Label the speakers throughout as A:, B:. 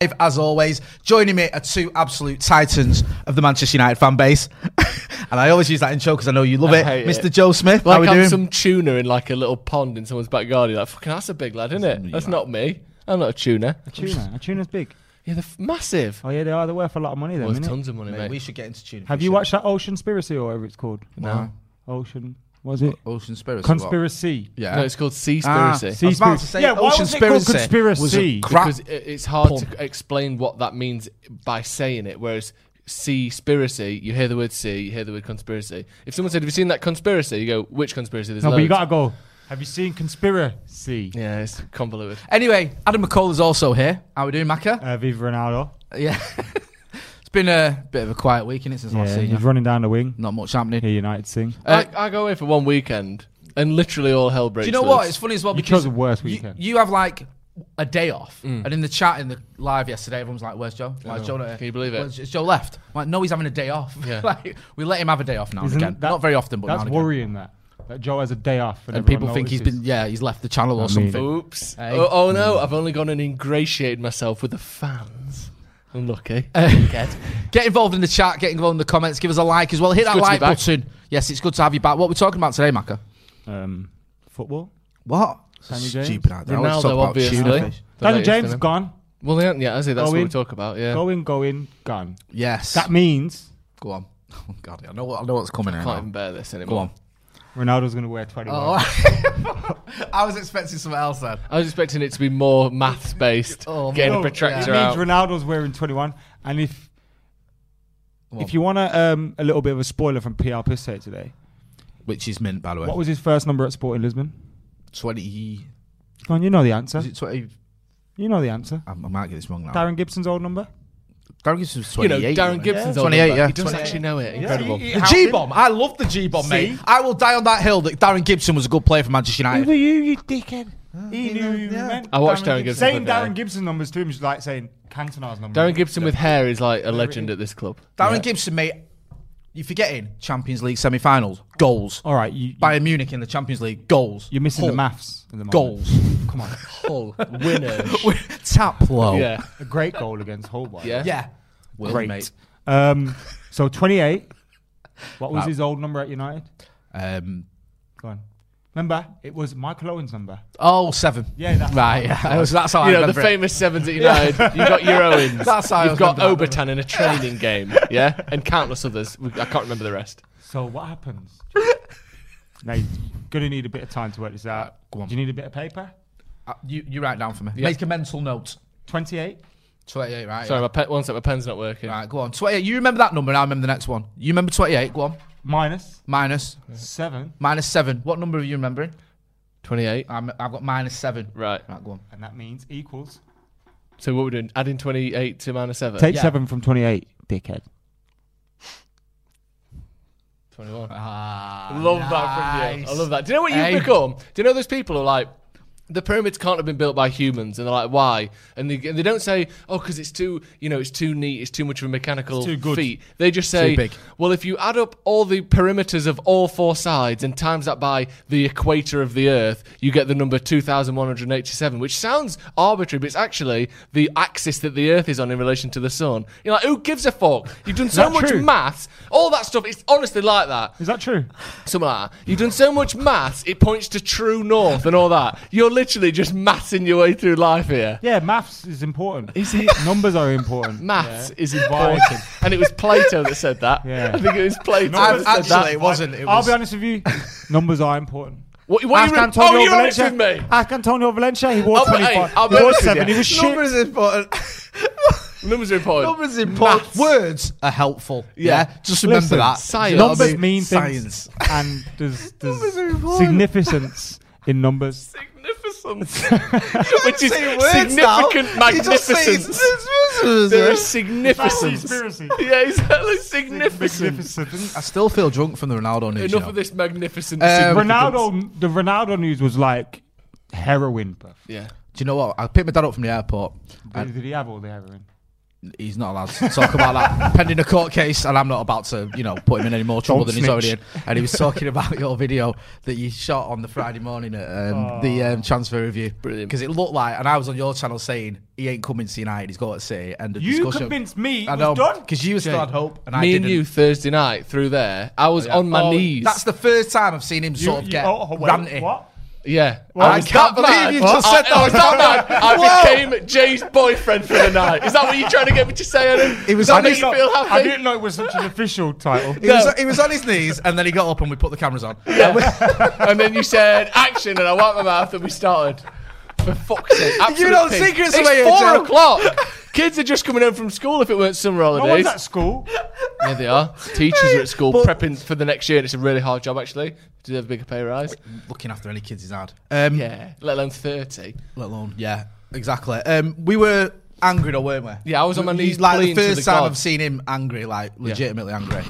A: Dave, as always, joining me are two absolute titans of the Manchester United fan base. and I always use that intro because I know you love
B: I
A: it.
B: hate
A: Mr.
B: it.
A: Joe Smith, how
B: Like
A: we
B: I'm
A: doing?
B: some tuna in like a little pond in someone's back garden. You're Like fucking, that's a big lad, isn't it? That's not me. I'm not a tuna.
C: Tuna. A tuna's big.
B: Yeah, they're f- massive.
C: Oh yeah, they are. They're worth a lot of money,
B: Well,
C: though,
B: there's
C: innit?
B: tons of money,
A: Mate,
B: mate.
A: we should get into tune.
C: Have
A: We
C: you
A: should.
C: watched that Ocean Conspiracy or whatever it's called?
B: No.
C: Ocean. Was it
A: Ocean Spirits?
C: conspiracy?
A: Yeah.
B: No, it's called sea
A: Ah,
B: spiracy.
A: I was about to
C: Seaspiracy.
A: say
C: Yeah, why
A: Ocean
C: was it called
A: Spiracy was a
C: conspiracy?
A: crap-
B: because it, it's hard to explain what that means by saying it. Whereas sea spiracy, you hear the word sea, you hear the word conspiracy. If someone said, "Have you seen that conspiracy?" You go, "Which conspiracy?" There's
C: No, but you
B: loads."
C: gotta go. Have you seen conspiracy?
B: Yeah, it's convoluted.
A: Anyway, Adam McCall is also here. How we doing, Macca?
C: Uh, Viva Ronaldo.
A: yeah. it's been a bit of a quiet week, is since last
C: Yeah,
A: seen you.
C: he's running down the wing.
A: Not much happening.
C: Hear United sing.
B: I, Uh, I go away for one weekend, and literally all hell breaks.
A: Do you know
B: loose.
A: what? It's funny as well
C: You
A: because
C: chose the worst
A: you-
C: weekend. Mm.
A: You, have like a day off, and in the chat in the live yesterday, everyone's like, "Where's Joe?
C: Oh,
A: Why is Joe not here?
B: Can you believe it?
A: Where's- is Joe left? I'm like, no, he's having a day off.
B: Yeah.
A: like, we let him have a day off now and
C: Isn't
A: again.
C: that-
A: Not very often, but now
C: That's
A: and again.
C: worrying. That that Joe has a day off, and,
A: And
C: everyone
A: people think he's
C: notices.
A: been, yeah, he's left the channel or
C: I mean-
A: something.
B: Oops.
A: Hey. Hmm.
B: Oh, oh no, I've only gone and ingratiated myself with the fans. Unlucky.
A: Uh, Dickhead. Get involved in the chat, get involved in the comments, give us a like as well. Hit that
B: good to be
A: like
B: back.
A: button. Yes, it's good to have you back. What we're talking about today, Maka?
C: Um, football.
A: What?
C: Danny James?
A: Stupid idea. I always
B: Ronaldo,
A: talk about
B: obviously.
A: tuna.
B: The
C: Danny
B: latest,
C: James
B: isn't it?
C: gone.
B: Well, yeah, yeah, I see. That's what we
C: Going.
B: talk about. Yeah.
C: Going, going, gone.
A: Yes.
C: That means
A: Go on. Oh, God, I know, what, I know what's coming. here
B: Can't
A: now.
B: even bear this anymore.
A: Go on.
C: Ronaldo's gonna wear 21.
A: Oh. I was expecting something else then.
B: I was expecting it to be more maths based.
A: Oh,
B: getting
A: no,
B: a
A: yeah.
B: protractor
C: It means
B: out.
C: Ronaldo's wearing 21. And if
A: Well-
C: if you want a, um, a little bit of a spoiler from PR Pisse today,
A: Which is mint, by the way.
C: what was his first number at Sporting Lisbon?
A: 20.
C: Come on, you know the answer.
A: Was it 20?
C: You know the answer.
A: I, I might get this wrong now.
C: Darren Gibson's old number?
A: Darren Gibson's
B: you know,
A: 28.
B: Darren Gibson's old
A: 28,
B: number.
A: yeah.
B: He does actually know it. Incredible.
A: The G bomb. I love the G bomb, mate.
C: See?
A: I will die on that hill that Darren Gibson was a good player for Manchester United.
C: you, you dickhead. He knew Ah, you meant.
B: I watched Darren Gibson
C: Saying
B: play
C: Darren
B: there.
C: Gibson numbers to him is like saying Cantona's number.
B: Darren Gibson with hair is like a legend at this club.
A: Darren Gibson, mate. You're forgetting Champions League semi-finals goals.
C: All right, you,
A: Bayern Munich in the Champions League goals.
C: you're missing
A: Hull,
C: the maths. At the moment.
A: goals.
C: Come on.
B: Hull winner.
A: Tap low.
B: yeah.
C: a great goal against Hull. by the way.
B: Yeah.
A: Yeah. Will,
C: Great.
A: mate.
C: Um, so 28. What was his old number at United?
A: Um,
C: Go on. Remember, it was Michael Owen's number.
A: oh, seven.
C: Yeah, that's
A: right. Yeah, that was- that's how I
B: You know, the
A: remember it.
B: famous sevens at United. You've got your Owens.
A: That's how I
B: You've got
A: remember that.
B: Obertan in a training game. Yeah. And countless others. We- I can't remember the rest.
C: So what happens? now you're gonna need a bit of time to work this out.
A: Go on.
C: Do you need a bit of paper?
A: Uh, You, you write down for me. Make a mental note.
C: Twenty-eight.
A: 28, right?
B: Sorry,
A: yeah.
B: my pe- one sec, my pen's not working.
A: Right, go on. 28. You remember that number, and I remember the next one. You remember 28, go on.
C: Minus
A: Minus.
C: seven.
A: Minus 7. What number are you remembering?
B: 28.
A: I'm, I've got minus 7.
B: Right.
A: Right, go on.
C: And that means equals.
B: So what we're doing, adding 28 to minus 7?
C: Take
A: Yeah.
C: seven from twenty-eight, dickhead.
B: 21. love that from you. I
A: nice.
B: love that. Do you know what you've
A: Hey.
B: become? Do you know those people who are like, the pyramids can't have been built by humans, and they're like, why? And they, and they don't say, oh, because it's too, you know, it's too neat, it's too much of a mechanical
C: too good.
B: feat. They just say,
A: big.
B: well, if you add up all the perimeters of all four sides and times that by the equator of the Earth, you get the number 2,187, which sounds arbitrary, but it's actually the axis that the Earth is on in relation to the Sun. You're like, who gives a fuck? You've done so
C: that
B: much
C: true?
B: maths, all that stuff. It's honestly like that
C: Is that true?
B: something like that. You've done so much maths, it points to true north and all that. You're literally just mathing your way through life here.
C: Yeah, maths is important.
B: Is it?
C: Numbers are important.
B: Maths is important. and it was Plato that said that.
C: Yeah.
B: I think it was Plato
A: I'm-
B: that said
A: actually,
B: that.
A: it wasn't. It
C: I'll
A: was,
C: be honest with you. Numbers are important.
B: What, what
C: Ask
B: you re-
C: Antonio
B: oh, you're honest
C: Valencia.
B: with me.
C: Ask Antonio Valencia. He wore
B: I'll be- hey,
C: 25.
B: I'll be
C: he wore
B: honest with
C: 7.
B: you.
C: He was shit.
A: Numbers is important.
B: Numbers are important.
A: Numbers is important.
B: Maths.
A: Words are helpful. Yeah,
B: Yeah.
A: just remember
C: Listen,
A: that.
B: science.
A: Do you know what I
C: Numbers mean
A: Science.
C: things. And there's, there's
A: are important.
C: significance in numbers.
B: Significence. Which is
A: Say words
B: significant
A: now. You just say
B: magnificence.
A: it's-
B: There is
A: it's-
B: significance. Yeah, exactly. Significance.
A: I still feel drunk from the Ronaldo news. you
B: Enough
A: know.
B: of this magnificent.
A: Um,
B: significance.
C: Ronaldo, the Ronaldo news was like heroin, bruv.
B: Yeah.
A: Do you know what? I picked my dad up from the airport.
C: Did, did he have all the heroin?
A: He's not allowed to talk about that pending a court case, and I'm not about to, you know, put him in any more trouble than
C: Don't
A: he's already in.
C: snitch.
A: And he was talking about your video that you shot on the Friday morning at um, the
C: Oh.
A: um, transfer review,
B: Brilliant.
A: Because it looked like, and I was on your channel saying he ain't coming to United. He's got to City. End of
C: You
A: discussion.
C: convinced me it
A: I
C: was
A: know
C: done.
A: because you still had hope, and I
B: Me
A: didn't.
B: and you Thursday night through there. I was on my
C: Oh,
B: knees.
A: That's the first time I've seen him
C: You-
A: sort of
C: you-
A: get
C: oh, wait,
A: ranty.
C: What?
B: yeah.
C: Well, I
B: was
A: can't
B: that
A: believe
B: mad.
A: you've just said
B: I, I was that mad. I became Jay's boyfriend for the night. Is that what you're trying to get me to say, Adam?
A: It was
B: Does that
A: on
B: make
A: his-
B: you feel happy?
C: I didn't know it was such an official title.
A: He, was, he was on his knees, and then he got up, and we put the cameras on.
B: and then you said action, and I wiped my mouth, and we started. For fuck's sake, absolute
A: know
B: pig.
A: secrets
B: It's
A: away here,
B: four
A: Joe.
B: o'clock. Kids are just coming home from school. If it weren't summer
C: No
B: holidays,
C: one's at school.
B: yeah, they are. Teachers are at school
A: But-
B: prepping for the next year, and it's a really hard job actually. Deserve a bigger pay rise.
A: Looking after any kids is hard. Um,
B: Yeah, let alone thirty.
A: Let alone. Yeah, exactly. Um, we were angry though, weren't we?
B: Yeah, I was on my
A: We-
B: knees
A: Like the
B: pleading to
A: first
B: the
A: time
B: God.
A: I've seen him angry, like legitimately angry.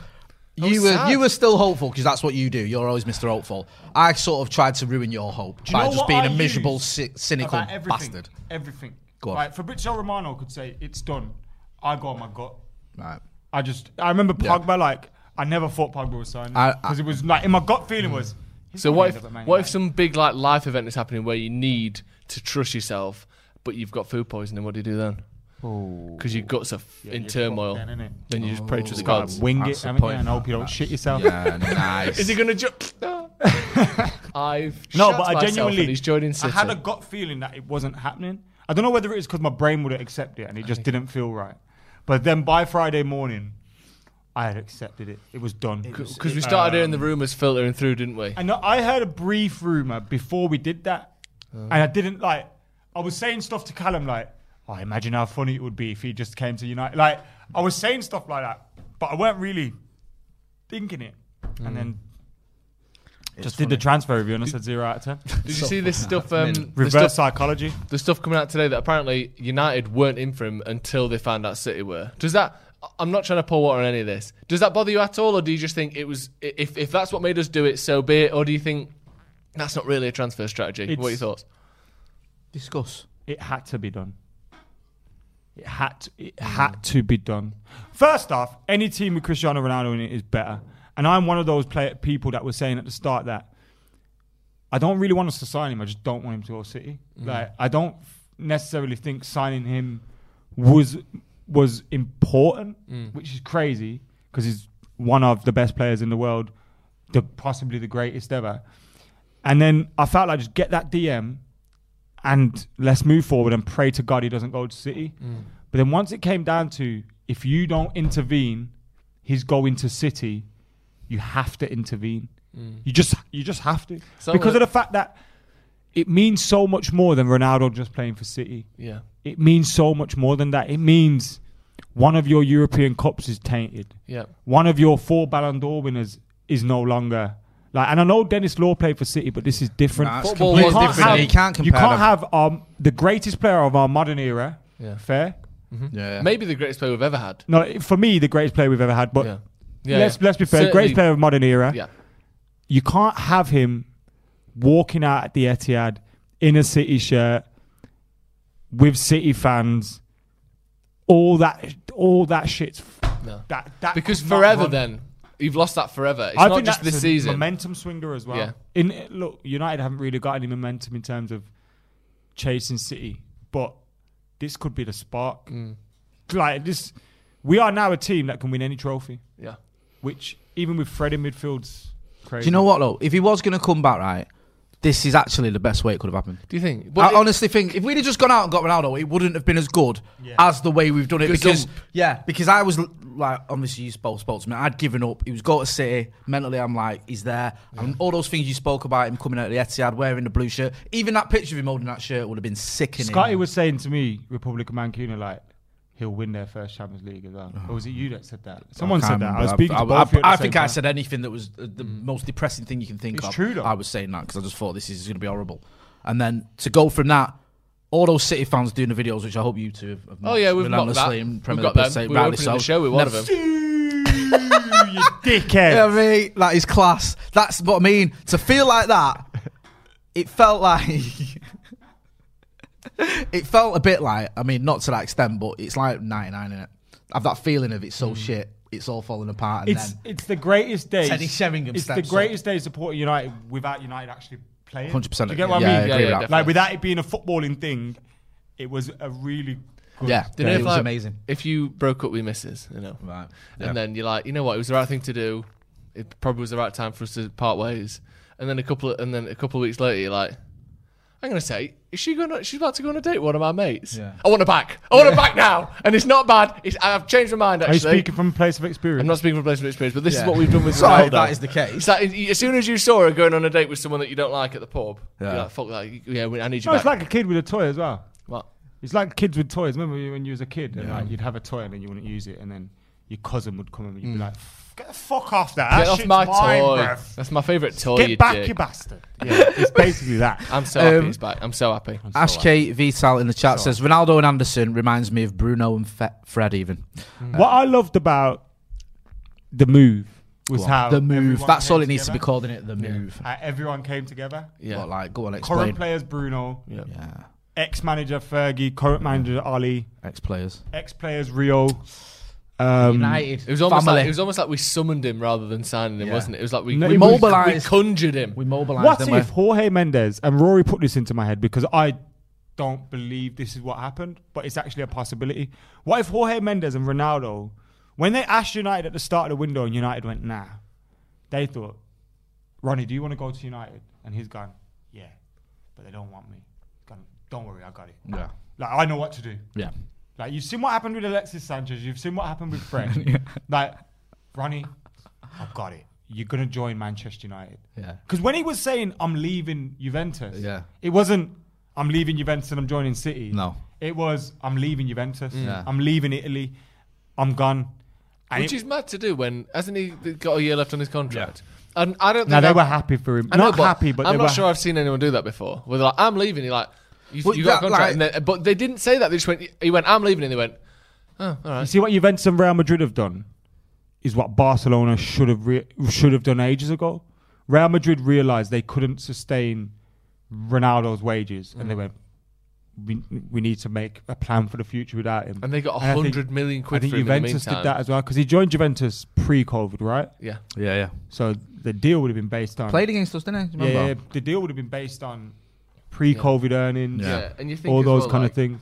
B: was
A: You were
B: sad.
A: you were still hopeful because that's what you do. You're always Mr. Hopeful. I sort of tried to ruin your hope
C: you
A: by
C: know
A: just
C: what
A: being
C: I
A: a miserable,
C: use
A: cy- cynical
C: About everything.
A: bastard.
C: Everything.
A: Go on.
C: Like, Fabrizio Romano could say, it's done. I go on my gut.
A: Right.
C: I just, I remember
A: Yeah.
C: Pogba, like, I never thought Pogba was signed.
A: I- I-
C: Because it was like, in my gut feeling was. he's
B: So
C: gonna
B: what
C: end
B: if
C: up at Man
B: what if
C: United.
B: some big like life event is happening where you need to trust yourself, but you've got food poisoning? What do you do then? Because your guts are f- in
C: you're
B: turmoil.
C: fucked then, innit?
B: Then you just pray to the
C: Gotta
B: gods.
C: wing
A: That's
C: it,
A: the
C: haven't you?
A: point.
C: And hope you don't shit yourself.
A: Yeah, nice.
B: Is he gonna jump? I've
C: No,
B: shot
C: but I
B: myself
C: genuinely.
B: and he's joining City.
C: I had a gut feeling that it wasn't happening. I don't know whether it was because my brain wouldn't accept it and it just didn't feel right. But then by Friday morning, I had accepted it. It was done.
B: because we started hearing
C: Um,
B: the rumours filtering through, didn't we?
C: I know I heard a brief rumor before we did that, and I didn't like. I was saying stuff to Callum like, "I imagine how funny it would be if he just came to United." Like I was saying stuff like that, but I weren't really thinking it. And then just did the transfer review, and I said zero out of ten.
B: Did you see this stuff? Um, the,
C: Reverse
B: stuff
C: psychology.
B: the stuff coming out today that apparently United weren't in for him until they found out City were. Does that? I- I'm not trying to pour water on any of this. Does that bother you at all, or do you just think it was? i- If if that's what made us do it, so be it. Or do you think that's not really a transfer strategy? what are your
C: It's-
B: thoughts?
A: discuss?
C: It had to be done. It had to, it had to be done. First off, any team with Cristiano Ronaldo in it is better. And I'm one of those play- people that was saying at the start that I don't really want us to sign him. I just don't want him to go City. Like I don't necessarily think signing him was was important, which is crazy because he's one of the best players in the world, the possibly the greatest ever. And then I felt like just get that DM and let's move forward and pray to God he doesn't go to City. But then once it came down to if you don't intervene, he's going to City. You have to intervene. You just you just have to
B: So
C: because
B: the-
C: of the fact that it means so much more than Ronaldo just playing for City.
B: Yeah.
C: It means so much more than that. It means one of your European cups is tainted.
B: Yeah.
C: One of your four Ballon d'Or winners is no longer like. And I know Dennis Law played for City, but this is different.
A: Nah, it's
B: Football
A: completely
B: was
C: can't
A: different.
C: have-
A: you can't compare.
C: You can't
A: them.
C: have um, the greatest player of our modern era.
B: Yeah.
C: Fair.
A: Yeah.
B: Maybe the greatest player we've ever had.
C: No, it- for me, the greatest player we've ever had. But
B: Yeah. Yeah,
C: let's
B: yeah.
C: let's be fair.
B: Certainly-
C: Greatest player of modern era.
B: Yeah.
C: You can't have him walking out at the Etihad in a City shirt with City fans. All that, all that shit's f-
B: No.
C: that, that
B: Because
C: could not
B: forever,
C: run.
B: then you've lost that forever. It's
C: I
B: not
C: think
B: just
C: that's
B: this
C: a
B: season.
C: Momentum swinger as well.
B: Yeah.
C: In look, United haven't really got any momentum in terms of chasing City, but this could be the spark.
B: Mm.
C: Like this, we are now a team that can win any trophy.
B: Yeah.
C: Which even with Fred in midfield's crazy.
A: Do you know what though? If he was going to come back, right, this is actually the best way it could have happened.
B: Do you think?
A: I
B: But it-
A: honestly think if we'd have just gone out and got Ronaldo, it wouldn't have been as good as the way we've done it.
B: Gazump.
A: Because yeah, because I was l- like, obviously you spoke sportsman. I'd given up. He was go to City mentally. I'm like, he's there, and all those things you spoke about him coming out of the Etihad wearing the blue shirt. Even that picture of him holding that shirt would have been sickening.
C: Scotty was saying to me, Republic of Mancuna, like, he'll win their first Champions League as well. Or was it you that said that? Someone said that. I was speaking
A: I,
C: to both of you at the
A: I
C: same
A: think I
C: time.
A: said anything that was uh, the
B: Mm.
A: most depressing thing you can think
C: It's
A: of.
C: true, though.
A: I was saying that because I just thought this is going to be horrible. And then to go from that, all those City fans doing the videos, which I hope you two have. have
B: Oh yeah, we've got
A: relentlessly
B: that.
A: and
B: We've
A: Premier
B: got
A: League
B: them.
A: say,
B: We were
A: rightly
B: opening
A: so.
B: the show with one of
A: Never-
B: them.
C: you dickhead.
A: Yeah, I mean, that is class. That's what I mean. To feel like that, it felt like. it felt a bit like, I mean, not to that extent, but it's like 99 in it. I've that feeling of it's so
B: Mm.
A: shit, it's all falling apart. And
C: it's
A: then
C: it's the greatest day.
A: Teddy Sheringham
C: It's the
A: steps
C: greatest day supporting United without United actually playing.
A: 100%.
C: Do you get what
A: yeah,
C: I mean?
A: agree
B: Yeah, yeah,
A: with that.
B: definitely.
C: Like without it being a footballing thing, it was a really good
A: Yeah,
C: day.
B: You know,
A: it
B: if,
A: was
B: like,
A: amazing.
B: If you broke up with your missus, you know,
A: Right. Yeah.
B: and then you're like, you know what, it was the right thing to do. It probably was the right time for us to part ways. And then a couple, of, and then a couple of weeks later, you're like, I'm gonna say, is she going? to She's about to go on a date with one of my mates.
A: Yeah.
B: I want her back. I want her back now. And it's not bad. It's, I've changed my mind.
C: Are you
B: Actually,
C: speaking from a place of experience?
B: I'm not speaking from a place of experience, but this
A: Yeah.
B: is what we've done with
A: Sorry,
B: Ronaldo.
A: that is the case.
B: It's like, as soon as you saw her going on a date with someone that you don't like at the pub,
A: Yeah.
B: you're like, fuck that. Yeah, we- I need you
C: no,
B: back.
C: it's like a kid with a toy as well.
B: What?
C: It's like kids with toys. Remember you- when you was a kid, and like you'd have a toy and then you wouldn't use it, and then your cousin would come and you'd
A: Mm.
C: be like, "Get the fuck off that!
B: Get
C: that
B: off
C: shit's
B: my
C: mine,
B: toy.
C: bruv.
B: That's my favourite toy.
C: Get
B: you
C: back,
B: dick.
C: you bastard!" Yeah, it's basically that.
B: I'm so
A: Um,
B: happy he's back. I'm so happy.
A: Ash K Vital in the chat says Ronaldo and Anderson reminds me of Bruno and Fe- Fred. Even
C: What I loved about the move was how
A: the move.
C: everyone
A: That's
C: came
A: all it needs to be
C: together.
A: called in it. The move.
C: How everyone came together.
B: Yeah.
A: But like, go on,
C: Current
A: explain.
C: players Bruno,
B: Yeah.
A: yeah,
C: ex-manager Fergie, current manager Ali,
A: ex players.
C: ex-players Rio. Um,
A: United.
B: It was almost
A: family.
B: like it was almost like we summoned him rather than signing him,
A: Yeah.
B: wasn't it? It was like we,
C: No,
B: we
C: it was-
B: mobilized,
A: mobilised.
B: we conjured him.
A: we mobilised.
C: What
A: didn't
C: if
A: we?
C: Jorge Mendes and Rory put this into my head because I don't believe this is what happened, but it's actually a possibility. What if Jorge Mendes and Ronaldo, when they asked United at the start of the window and United went nah, they thought, Ronnie, do you want to go to United? And he's gone, yeah, but they don't want me. He's gone, don't worry, I got it.
A: Yeah.
C: Like I know what to do.
A: Yeah.
C: Like you've seen what happened with Alexis Sanchez. You've seen what happened with Fred. Like Ronnie, I've got it. You're gonna join Manchester United.
A: Yeah.
C: Because when he was saying I'm leaving Juventus,
A: Yeah.
C: it wasn't I'm leaving Juventus and I'm joining City.
A: No.
C: it was I'm leaving Juventus.
B: Mm.
A: Yeah.
C: I'm leaving Italy. I'm gone. And
B: Which
C: it-
B: is mad to do when hasn't he got a year left on his contract? And I don't think
C: now they
B: I've-
C: were happy for him.
B: I know,
C: not happy, but
B: I'm
C: they
B: not
C: were
B: sure I've seen anyone do that before. Where they're like, I'm leaving. You're like, you,
A: Well,
B: you got a
A: that,
B: contract.
A: like-
B: and they, but they didn't say that. They just went, he went, I'm leaving. And they went, oh, all
C: You
B: right.
C: see what Juventus and Real Madrid have done is what Barcelona should have re- should have done ages ago. Real Madrid realized they couldn't sustain Ronaldo's wages, and they
B: Mm.
C: went, "We we need to make a plan for the future without him."
B: And they got
C: I think-
B: 100 million
C: I
B: quid
C: think
B: for him
C: Juventus
B: in the
C: did
B: meantime.
C: that as well because he joined Juventus pre-COVID, right?
B: Yeah.
A: Yeah, yeah.
C: So the deal would have been based on
A: Played against us, didn't he?
C: yeah,
A: Remember?
C: yeah, the deal would have been based on pre-COVID earnings,
B: yeah, And you think
C: all
B: as
C: those
B: well,
C: kind
B: like,
C: of things.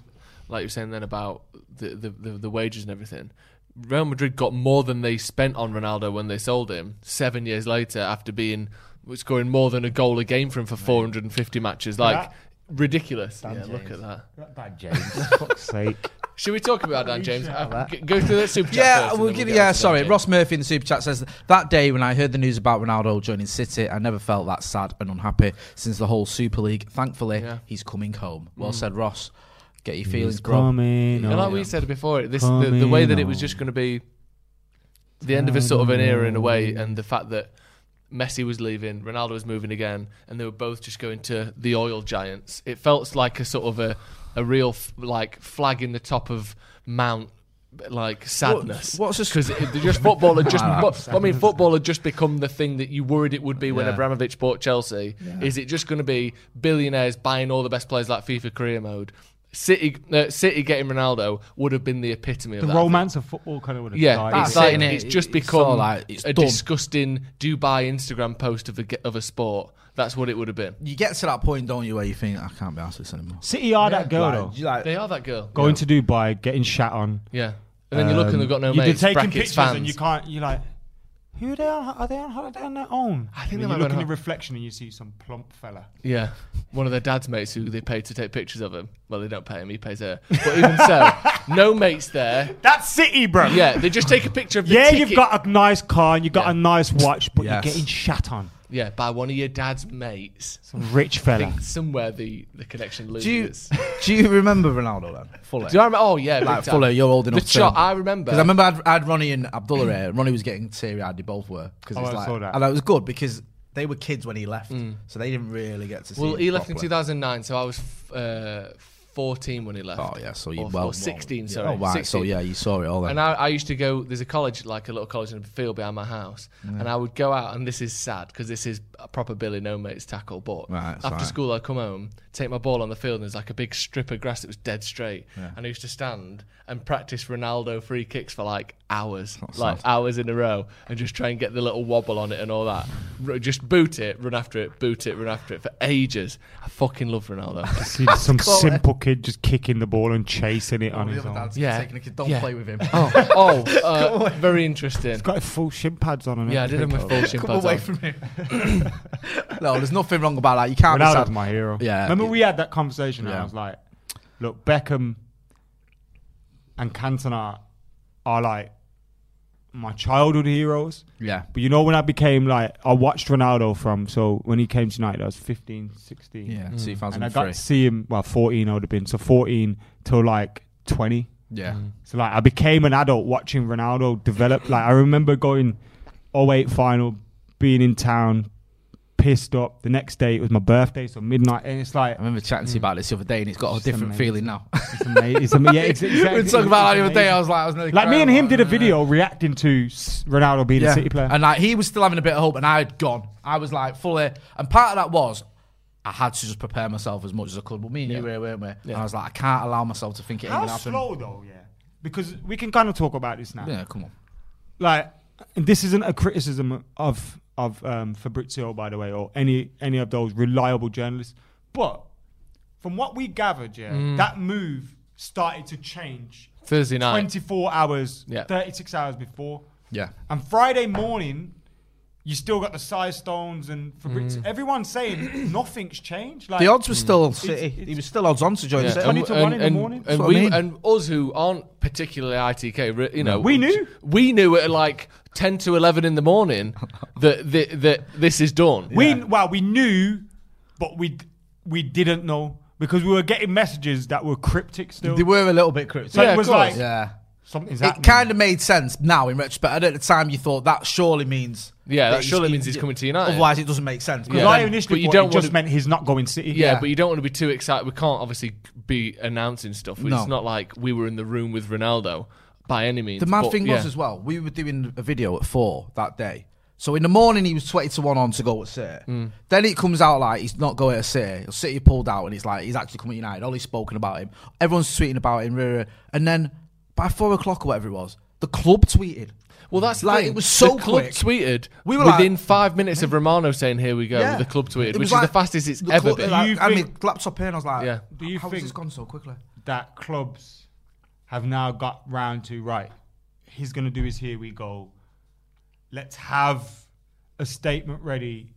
B: like you're saying then about the, the, the, the wages and everything. Real Madrid got more than they spent on Ronaldo when they sold him seven years later after being scoring more than a goal a game for him for 450 matches. Like
C: That-
B: ridiculous. Yeah, look at that.
C: Bad James, for fuck's sake.
B: Should we talk about Dan James? Uh, g- Go through that super chat.
A: Yeah,
B: first and
A: we'll
B: then
A: give,
B: get
A: yeah.
B: on to Dan
A: Sorry,
B: James.
A: Ross Murphy in the super chat says that day when I heard the news about Ronaldo joining City, I never felt that sad and unhappy since the whole Super League. Thankfully,
B: Yeah. Mm.
A: he's coming home. Well said, Ross. Get your feelings,
C: He's
A: bro.
C: coming.
B: And like
C: on.
B: we said before, this the, the way that it was just going to be the end of a sort of an era in a way, and the fact that Messi was leaving, Ronaldo was moving again, and they were both just going to the oil giants. It felt like a sort of a a real f- like flag in the top of Mount. Like sadness.
A: what's this-
B: because just football had just. but- I mean, football had just become the thing that you worried it would be when
A: Yeah.
B: Abramovich bought Chelsea. Is it just going to be billionaires buying all the best players like FIFA career mode? City, uh, City getting Ronaldo would have been the epitome of
C: the
B: that, I think.
C: romance of football kind of would have
B: Yeah,
C: died.
A: That's
B: it's like
A: it, innit?
B: it's just
A: It's
B: become
A: all like- it's
B: a
A: done.
B: disgusting Dubai Instagram post of a ge- of a sport. That's what it would have been.
A: You get to that point, don't you, where you think I can't be asked this anymore.
C: City are that girl though.
A: Like, you like-
B: They are that girl.
C: Going to Dubai, getting shat on.
B: yeah, and then you look and
C: Um,
B: they've got no
C: you're
B: mates.
C: taking
B: brackets,
C: pictures
B: fans.
C: and you can't. You're like, Who are they on? Are they on holiday on their own?
B: I think
C: And
B: they
C: you
B: might be
C: look
B: on
C: in the
B: hol-
C: reflection and you see some plump fella.
B: Yeah, one of their dad's mates who they paid to take pictures of him. Well, they don't pay him; he pays her. But even so, no mates there.
C: That's city, bro.
B: Yeah, they just take a picture of the
C: Yeah,
B: ticket.
C: you've got a nice car and you've got
B: Yeah.
C: a nice watch, but
A: Yes.
C: you're getting shat on.
B: yeah by one of your dad's mates.
C: Some rich
B: I
C: fella.
B: think somewhere the, the connection
A: Do you,
B: loses.
A: do you remember Ronaldo then? Fuller.
B: Do I remember? Oh
A: like
B: yeah, big time.
A: Fuller, you're old enough.
B: The shot I remember. Mm.
A: Because I remember I had, I had Ronnie and Abdullah here. Ronnie was getting teary eyed. They both were. Because
C: Oh,
A: it's
C: I
A: like,
C: saw that.
A: and it was good because they were kids when he left, so they didn't really get to see.
B: Mm. Well,
A: him
B: he left in
A: properly.
B: 2009, so I was f- uh, 14 when he left.
A: Oh yeah, so you
B: or,
A: well
B: or 16,
A: yeah.
B: sorry.
A: Oh right,
B: 16.
A: so yeah, you saw it all then.
B: And I, I used to go. There's a college, like a little college in a field behind my house, and I would go out. And this is sad because this is a proper Billy No Mates tackle. But
A: Right, it's
B: after
A: fine.
B: school, I'd come home, take my ball on the field, and there's like a big strip of grass that was dead straight, and I used to stand and practice Ronaldo free kicks for like hours, like hours in a row, and just try and get the little wobble on it and all that. R- just boot it, run after it, boot it, run after it for ages. I fucking love Ronaldo.
C: See some simple kid just kicking the ball and chasing
B: Oh,
C: it on
A: The
C: his
A: other
C: own.
A: dad's
B: Yeah.
A: taking a kid, Don't
B: Yeah.
A: play with him.
B: oh, oh uh, very interesting.
C: Got full shin pads on. and
B: Yeah, I did have my
C: everything.
B: full chin
A: Come
B: pads
A: away
B: on.
A: from him. no, there's nothing wrong about that. You can't. be
C: Ronaldo's
A: sad.
C: my hero.
A: Yeah.
C: Remember we had that conversation and
A: Yeah.
C: I was like, look, Beckham and Cantona are like my childhood heroes.
A: Yeah.
C: But you know when I became like I watched Ronaldo from so when he came to United I was 15, 16.
A: Yeah.
B: Mm.
C: And I got
A: 2003.
C: to see him well 14 I would have been. So 14 till like 20.
A: Yeah.
B: Mm.
C: So like I became an adult watching Ronaldo develop. Like I remember going 08 final, being in town, pissed up. The next day it was my birthday, so midnight, and it's like
A: I remember chatting to
B: Mm.
A: you about this the other day, and it's got a
C: Just
A: different
C: amazing.
A: feeling now.
C: it's amazing. It's ama- yeah, it's,
A: we
C: exactly,
A: were talking about that the other day. I
C: amazing.
A: was like, I was nearly
C: like me
A: crying.
C: and him did a video reacting to s- Ronaldo being a City player.
A: And like he was still having a bit of hope, and I had gone. I was like fully, and part of that was I had to just prepare myself as much as I could. But me and you were, here, weren't we? And I was like, I can't allow myself to think it ain't
C: How
A: gonna happen.
C: slow though, yeah. Because we can kind of talk about this now.
A: Yeah, come on.
C: like and this isn't a criticism of of um, Fabrizio, by the way, or any any of those reliable journalists. But from what we gathered, yeah,
A: Mm.
C: that move started to change
B: Thursday night.
C: 24 hours,
B: Yeah.
C: 36 hours before.
A: Yeah.
C: And Friday morning, you still got the size stones and Fabrizio. Everyone's saying nothing's changed. Like
A: Mm. The odds were still City.
C: it's-
A: he was still odds on to join
B: Yeah.
A: City.
C: Twenty to one in the
B: and,
C: morning?
B: And,
C: That's
A: what I
B: we
A: mean.
B: and us who aren't particularly ITK, re- you know,
C: We knew.
B: we knew at like ten to eleven in the morning that that, that this is done.
C: We well, we knew, but we we didn't know because we were getting messages that were cryptic still.
A: They were a little bit critical.
C: So it was like-
A: yeah.
C: Something's
A: It kind of made sense now in retrospect. At the time, you thought that surely means
B: Yeah, that
A: he's-
B: surely means he's coming to United.
A: Otherwise, it doesn't make sense. 'Cause
B: Yeah.
C: Because I
A: then-
C: initially
B: But you
C: thought
B: don't
C: it just
B: wanna-
C: meant he's not going City.
B: yeah,
A: yeah.
B: but you don't want to be too excited. We can't obviously be announcing stuff.
A: No.
B: It's not like we were in the room with Ronaldo by any means.
A: The mad
B: but
A: thing was
B: yeah.
A: as well, we were doing a video at four that day. So in the morning he was twenty to one on to go at City.
B: Mm.
A: Then it comes out like he's not going to City. City pulled out and it's like he's actually coming to United. Ollie's spoken about him. Everyone's tweeting about him. rah, rah. And then by four o'clock or whatever it was, the club tweeted.
B: Well, that's the
A: like
B: thing.
A: it was so
B: the club
A: quick.
B: tweeted
A: We were
B: within
A: like-
B: five minutes of Romano saying, "Here we go."
A: Yeah.
B: The club tweeted,
A: It
B: which
A: was
B: is
A: like
B: the fastest it's
A: the
B: ever
A: club-
B: been.
A: like,
C: You
A: I mean,
C: think-
A: laptop in. I was like,
B: Yeah.
C: Do you
A: how has
C: think-
A: this gone so quickly?
C: that clubs have now got round to right. He's going to do his here we go. Let's have a statement ready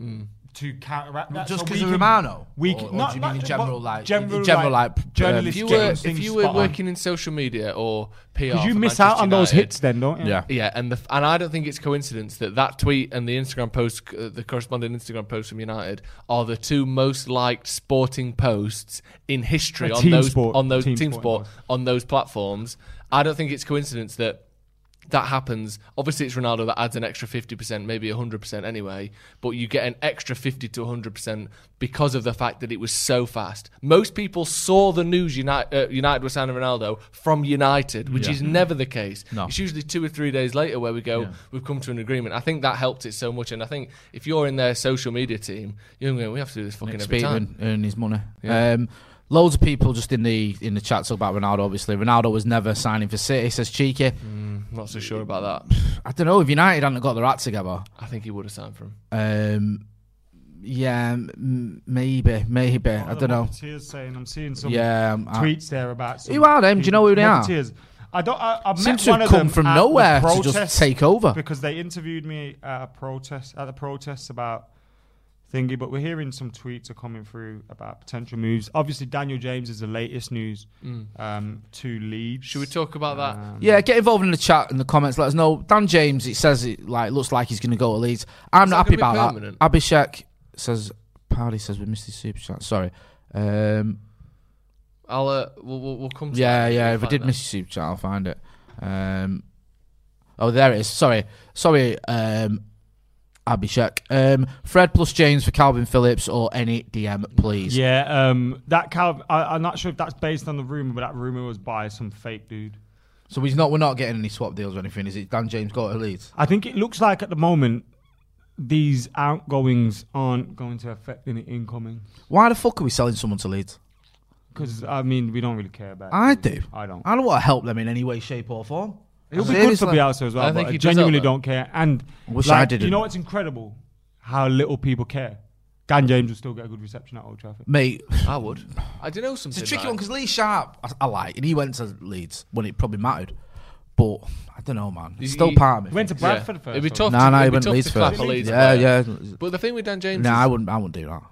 B: Mm.
C: to counteract that.
A: Just
C: So
A: 'cause
C: we
A: of
C: can-
A: Romano?
C: we
A: Or-
C: can,
A: or
C: not,
A: do you
C: not-
A: mean in
C: but
A: general, like-
C: general,
A: in general,
C: like,
A: like, uh,
C: journalists
B: if you
C: getting
B: were if
C: things
B: you were
C: spot on.
B: working in social media or PR,
C: 'Cause you
B: for
C: miss
B: Manchester
C: out on those
B: United,
C: hits, then don't you?
B: Yeah, and the, f- and I don't think it's coincidence that that tweet and the Instagram post, uh, the corresponding Instagram post from United, are the two most liked sporting posts in history
C: Uh,
B: on
C: team
B: those
C: sport-
B: on those team,
C: team
B: sport
C: sport.
B: on those platforms. I don't think it's coincidence that that happens. Obviously, it's Ronaldo that adds an extra fifty percent, maybe hundred percent anyway. But you get an extra fifty to hundred percent because of the fact that it was so fast. Most people saw the news United, uh, United was signing Ronaldo from United, which is never the case.
A: No.
B: It's usually two or three days later where we go, we've come to an agreement. I think that helped it so much. And I think if you're in their social media team, you're going, we have to do this fucking every
A: Speedy
B: time.
A: and earn his money. Um, loads of people just in the in the chat talk about Ronaldo. Obviously, Ronaldo was never signing for City. Says cheeky.
C: Mm.
B: I'm not so sure about that.
A: I don't know if United hadn't got their act together.
B: I think he would have signed for him.
A: Um, yeah, m- maybe, maybe. I don't know.
C: Tears saying I'm seeing some
A: Yeah, um, I-
C: tweets there about some
A: Who are them? Do you know who they are?
C: Tears. I don't. I, I've
A: Seems
C: met
A: to
C: one
A: have
C: of
A: come
C: them
A: from
C: at
A: nowhere
C: the
A: to just
C: protest
A: take over.
C: because they interviewed me at a protest at the protests about thingy. But we're hearing some tweets are coming through about potential moves. Obviously, Daniel James is the latest news um, to Leeds. Um,
B: Should we talk about that?
A: Yeah, get involved in the chat and the comments. Let us know. Dan James, it says it like looks like he's going to go to Leeds. I'm
B: Is
A: not
B: that
A: happy
B: gonna be
A: about
B: permanent?
A: that. Abhishek says, Pardy says we missed his super chat. Sorry. Um,
B: I'll uh, we'll, we'll, we'll come. To
A: yeah,
B: that
A: yeah.
B: we'll
A: If I
B: find
A: did
B: that.
A: miss your super chat, I'll find it. Um, oh, there it is. Sorry, sorry. Um, Abhishek, um, Fred plus James for Calvin Phillips or any DM, please.
C: Yeah, um, that Cal. I, I'm not sure if that's based on the rumor, but that rumor was by some fake dude.
A: So he's not. We're not getting any swap deals or anything. Is it Dan James got to Leeds?
C: I think it looks like at the moment these outgoings aren't going to affect any incoming.
A: Why the fuck are we selling someone to Leeds?
C: Because I mean, we don't really care about.
A: I
C: it.
A: do.
C: I don't.
A: I don't want to help them in any way, shape, or form.
C: It'll be good for
A: Seriously.
C: Bielsa as well.
B: I
C: I
B: think
C: but I
B: he does
C: genuinely
B: help them.
C: don't care. And
A: Wish
C: like,
A: I didn't.
C: You know what's incredible? How little people care. Dan James will still get a good reception at Old Trafford.
A: Mate,
B: I
C: Oh,
B: would. I do know something.
A: it's a tricky
B: right?
A: one because Lee Sharp, I, I like, and he went to Leeds when it probably mattered. But I don't know, man. It's
B: He-
A: still part of
C: He
A: me.
C: went to
B: Yeah.
C: Bradford first.
B: It'd be
C: though.
B: tough.
A: Nah,
B: to,
A: nah, he
B: it'd be
A: went
B: tough
A: Leeds
B: to clap
A: first.
B: a Leeds
A: Yeah,
B: player.
A: yeah.
B: But the thing with Dan James,
A: Nah, I
B: is,
A: wouldn't. I wouldn't do that.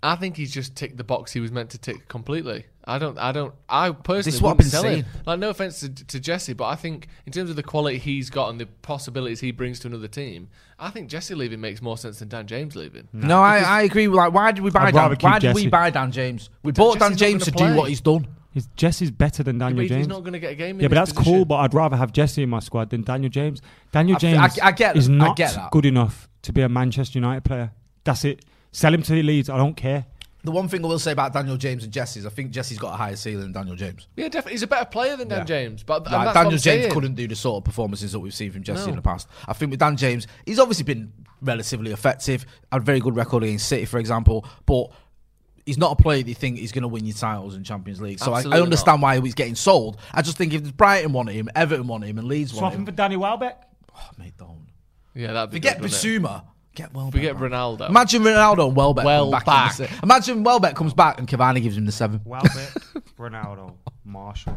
B: I think he's just ticked the box he was meant to tick completely. I don't. I don't. I personally
A: This is what I've
B: wouldn't
A: been
B: sell him.
A: saying.
B: Like, no offense to, to Jesse, but I think in terms of the quality he's got and the possibilities he brings to another team, I think Jesse leaving makes more sense than Dan James leaving.
A: No, I, I agree. Like, why did we buy
C: I'd
A: Dan?
C: rather keep
A: Why did we
C: Jesse.
A: buy Dan James? We bought Dan
B: Jesse's not
A: James to
B: gonna play.
A: do what he's done.
C: His Jesse's better than
B: But
C: Daniel
B: he's
C: James.
B: not going to get a game. In
C: yeah, but
B: this
C: that's
B: position.
C: cool. But I'd rather have Jesse in my squad than Daniel James. Daniel
A: I feel-
C: James
A: I- I get-
C: is
A: I
C: not
A: get that.
C: good enough to be a Manchester United player. That's it. Sell him to Leeds. I don't care.
A: The one thing I will say about Daniel James and Jesse is I think Jesse's got a higher ceiling than Daniel James.
B: Yeah, definitely. He's a better player than Dan
C: Yeah.
B: James. But and
A: Like, Daniel
B: that's what I'm
A: James
B: saying.
A: couldn't do the sort of performances that we've seen from Jesse
B: No.
A: in the past. I think with Dan James, he's obviously been relatively effective, had a very good record against City, for example, but he's not a player that you think is going to win you titles in Champions League. So I, I
B: Absolutely
A: understand why he's getting sold. I just think if Brighton wanted him, Everton wanted him, and Leeds
C: Swap
A: wanted
C: him
A: him,
C: for Danny Welbeck.
A: oh, mate, don't.
B: Yeah, that'd be
A: Forget
B: good, wouldn't it?
A: Basuma. Get Welbeck.
B: Forget
A: man.
B: Ronaldo.
A: Imagine Ronaldo and Welbeck. come back in
B: Welbeck.
A: the se- Imagine Welbeck comes back and Cavani gives him the seven.
C: Welbeck, Ronaldo, Marshall.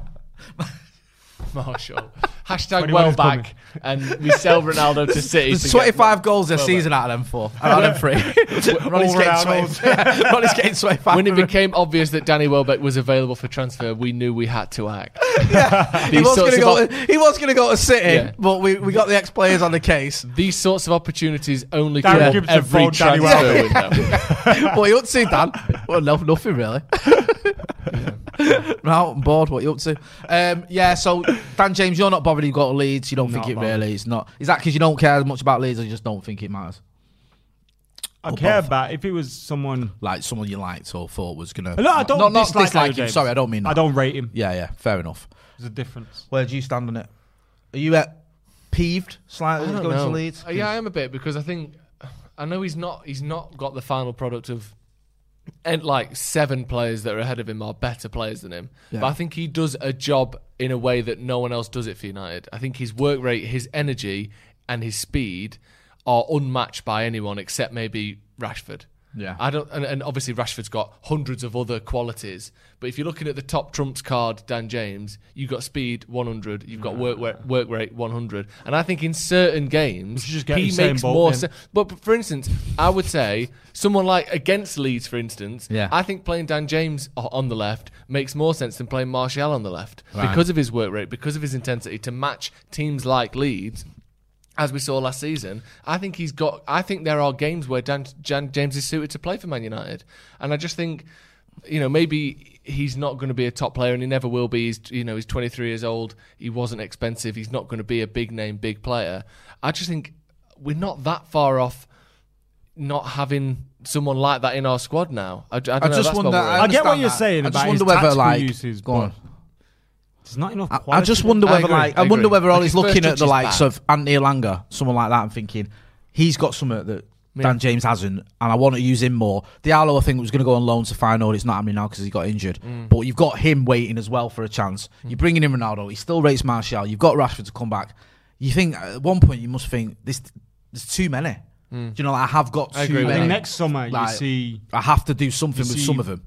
B: Marshall. Hashtag
C: 21
B: well
C: is coming.
B: back, and we sell Ronaldo to City.
A: There's
B: to get-
A: 25 goals this season out of them four. Out of them three. Ronnie's, getting 20, Ronnie's getting 25.
B: When it became obvious that Danny Welbeck was available for transfer, we knew we had to act.
A: he
B: These
A: was going to
B: sorts of
A: go.
B: op-
A: he was going to go to City,
B: Yeah.
A: but we, we got the ex players on the case.
B: These sorts of opportunities only
C: Darren
B: come up
C: Gibson
B: every
C: phoned Danny
B: transfer window.
A: what you up to, Dan? Well, no, nothing really. no, I'm bored. What you up to? Um, yeah. So Dan James, you're not bothered. You got Leeds. You don't think
C: Not
A: it
C: bothered.
A: really. It's not. Is that because you don't care as much about Leeds, or you just don't think it matters?
C: I
A: Or
C: care
A: both.
C: about if it was someone.
A: Like someone you liked or thought was gonna.
C: No, I don't
A: Not, not
C: dislike Daniel
A: dislike him.
C: James.
A: Sorry, I don't mean that.
C: I don't rate him.
A: Yeah, yeah. Fair enough.
C: There's a difference.
A: Where do you stand on it? Are you uh, peeved
B: I
A: slightly
B: don't
A: going
B: know.
A: to Leeds?
B: Uh, Yeah, I am a bit because I think I know he's not. He's not got the final product of. And like seven players that are ahead of him are better players than him. But I think he does a job in a way that no one else does it for United. I think his work rate, his energy, and his speed are unmatched by anyone except maybe Rashford.
A: Yeah.
B: I don't, and, and obviously Rashford's got hundreds of other qualities. But if you're looking at the top trumps card, Dan James, you've got speed 100, you've got work work, work rate 100, and I think in certain games
C: should just get
B: he
C: Usain
B: makes
C: Bolt
B: more
C: in.
B: sense. But for instance, I would say someone like against Leeds, for instance,
A: Yeah.
B: I think playing Dan James o- on the left makes more sense than playing Martial on the left because of his work rate, because of his intensity to match teams like Leeds as we saw last season, I think he's got. I think there are games where Dan, Jan, James is suited to play for Man United, and I just think, you know, maybe he's not going to be a top player, and he never will be. He's, you know, he's 23 years old. He wasn't expensive. He's not going to be a big name, big player. I just think we're not that far off not having someone like that in our squad now. I, I, don't
A: I
B: know,
A: just
B: that's my
A: wonder.
B: worry.
C: I get what
A: understand
C: you're
A: that.
C: saying
A: I just
C: about
A: wonder
C: his
A: whether,
C: tactical
A: like,
C: uses,
A: go
C: but
A: on.
C: There's not enough.
A: I, I
C: quality
A: just
C: there.
A: wonder
B: I
A: whether,
B: agree,
A: like, I,
B: I
A: wonder
B: agree.
A: whether
B: Like,
A: Ollie's
B: his first
A: looking at
B: touch
A: the
B: is
A: likes
B: bad.
A: of Anthony Langer, someone like that, and thinking he's got something that Dan James hasn't, and I want to use him more. Diallo, I think, was going to go on loan to Feyenoord. It's not happening now because he got injured. But you've got him waiting as well for a chance. You're bringing in Ronaldo. He still rates Martial. You've got Rashford to come back. You think at one point you must think this. There's too many. Do you know? Like, I have got
B: I
A: too
B: agree with
C: I
A: many.
C: think next summer
A: Like,
C: you see
A: I have to do something
C: You
A: with
C: see-
A: some of them.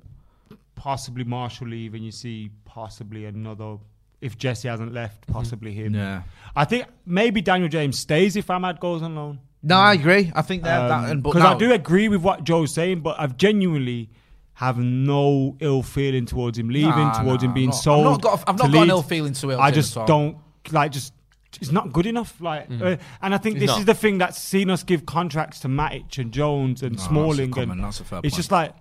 C: possibly Marshall leave, and you see possibly another if Jesse hasn't left, possibly him.
A: Yeah.
C: I think maybe Daniel James stays if Ahmad goes on loan.
A: No, I agree. I think that, that and but
C: Because Um, I
A: now-
C: do agree with what Joe's saying, but I've genuinely have no ill feeling towards him leaving,
A: Nah,
C: towards
A: nah,
C: him being
A: I'm not-
C: sold.
A: I've not got- I've
C: to
A: not got an
C: Leeds.
A: ill feeling to ill
C: I
A: feeling
C: just
A: at all.
C: don't like just. It's not good enough, like,
A: Mm.
C: uh, and I think
B: It's
C: this
B: not.
C: is the thing that's seen us give contracts to Matic and Jones and
A: that's a
C: Smalling,
A: comment,
C: and
A: that's a fair point.
C: it's
A: Mm.
C: just like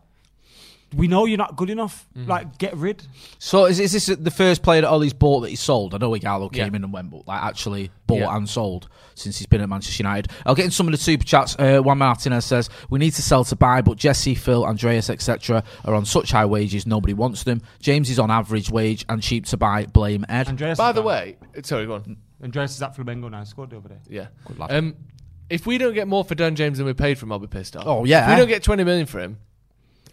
C: we know you're not good enough. Like, get rid.
A: So is, is this the first player that Ollie's bought that he sold? I know Igalo
B: Yeah.
A: came in and went, but like actually bought
B: Yeah.
A: and sold since he's been at Manchester United. I'll get in some of the super chats. Uh, Juan Martinez says we need to sell to buy, but Jesse, Phil, Andreas, etc. are on such high wages nobody wants them. James is on average wage and cheap to buy. Blame Ed.
C: Andreas.
B: By
C: is
B: the
C: gone.
B: way, sorry, go on.
C: Andreas is at Flamengo now. Scored the other day.
B: Yeah.
A: Good lad.
B: Um, if we don't get more for Dan James than we paid for him, I'll be pissed off.
A: Oh, yeah.
B: If we don't get 20 million for him,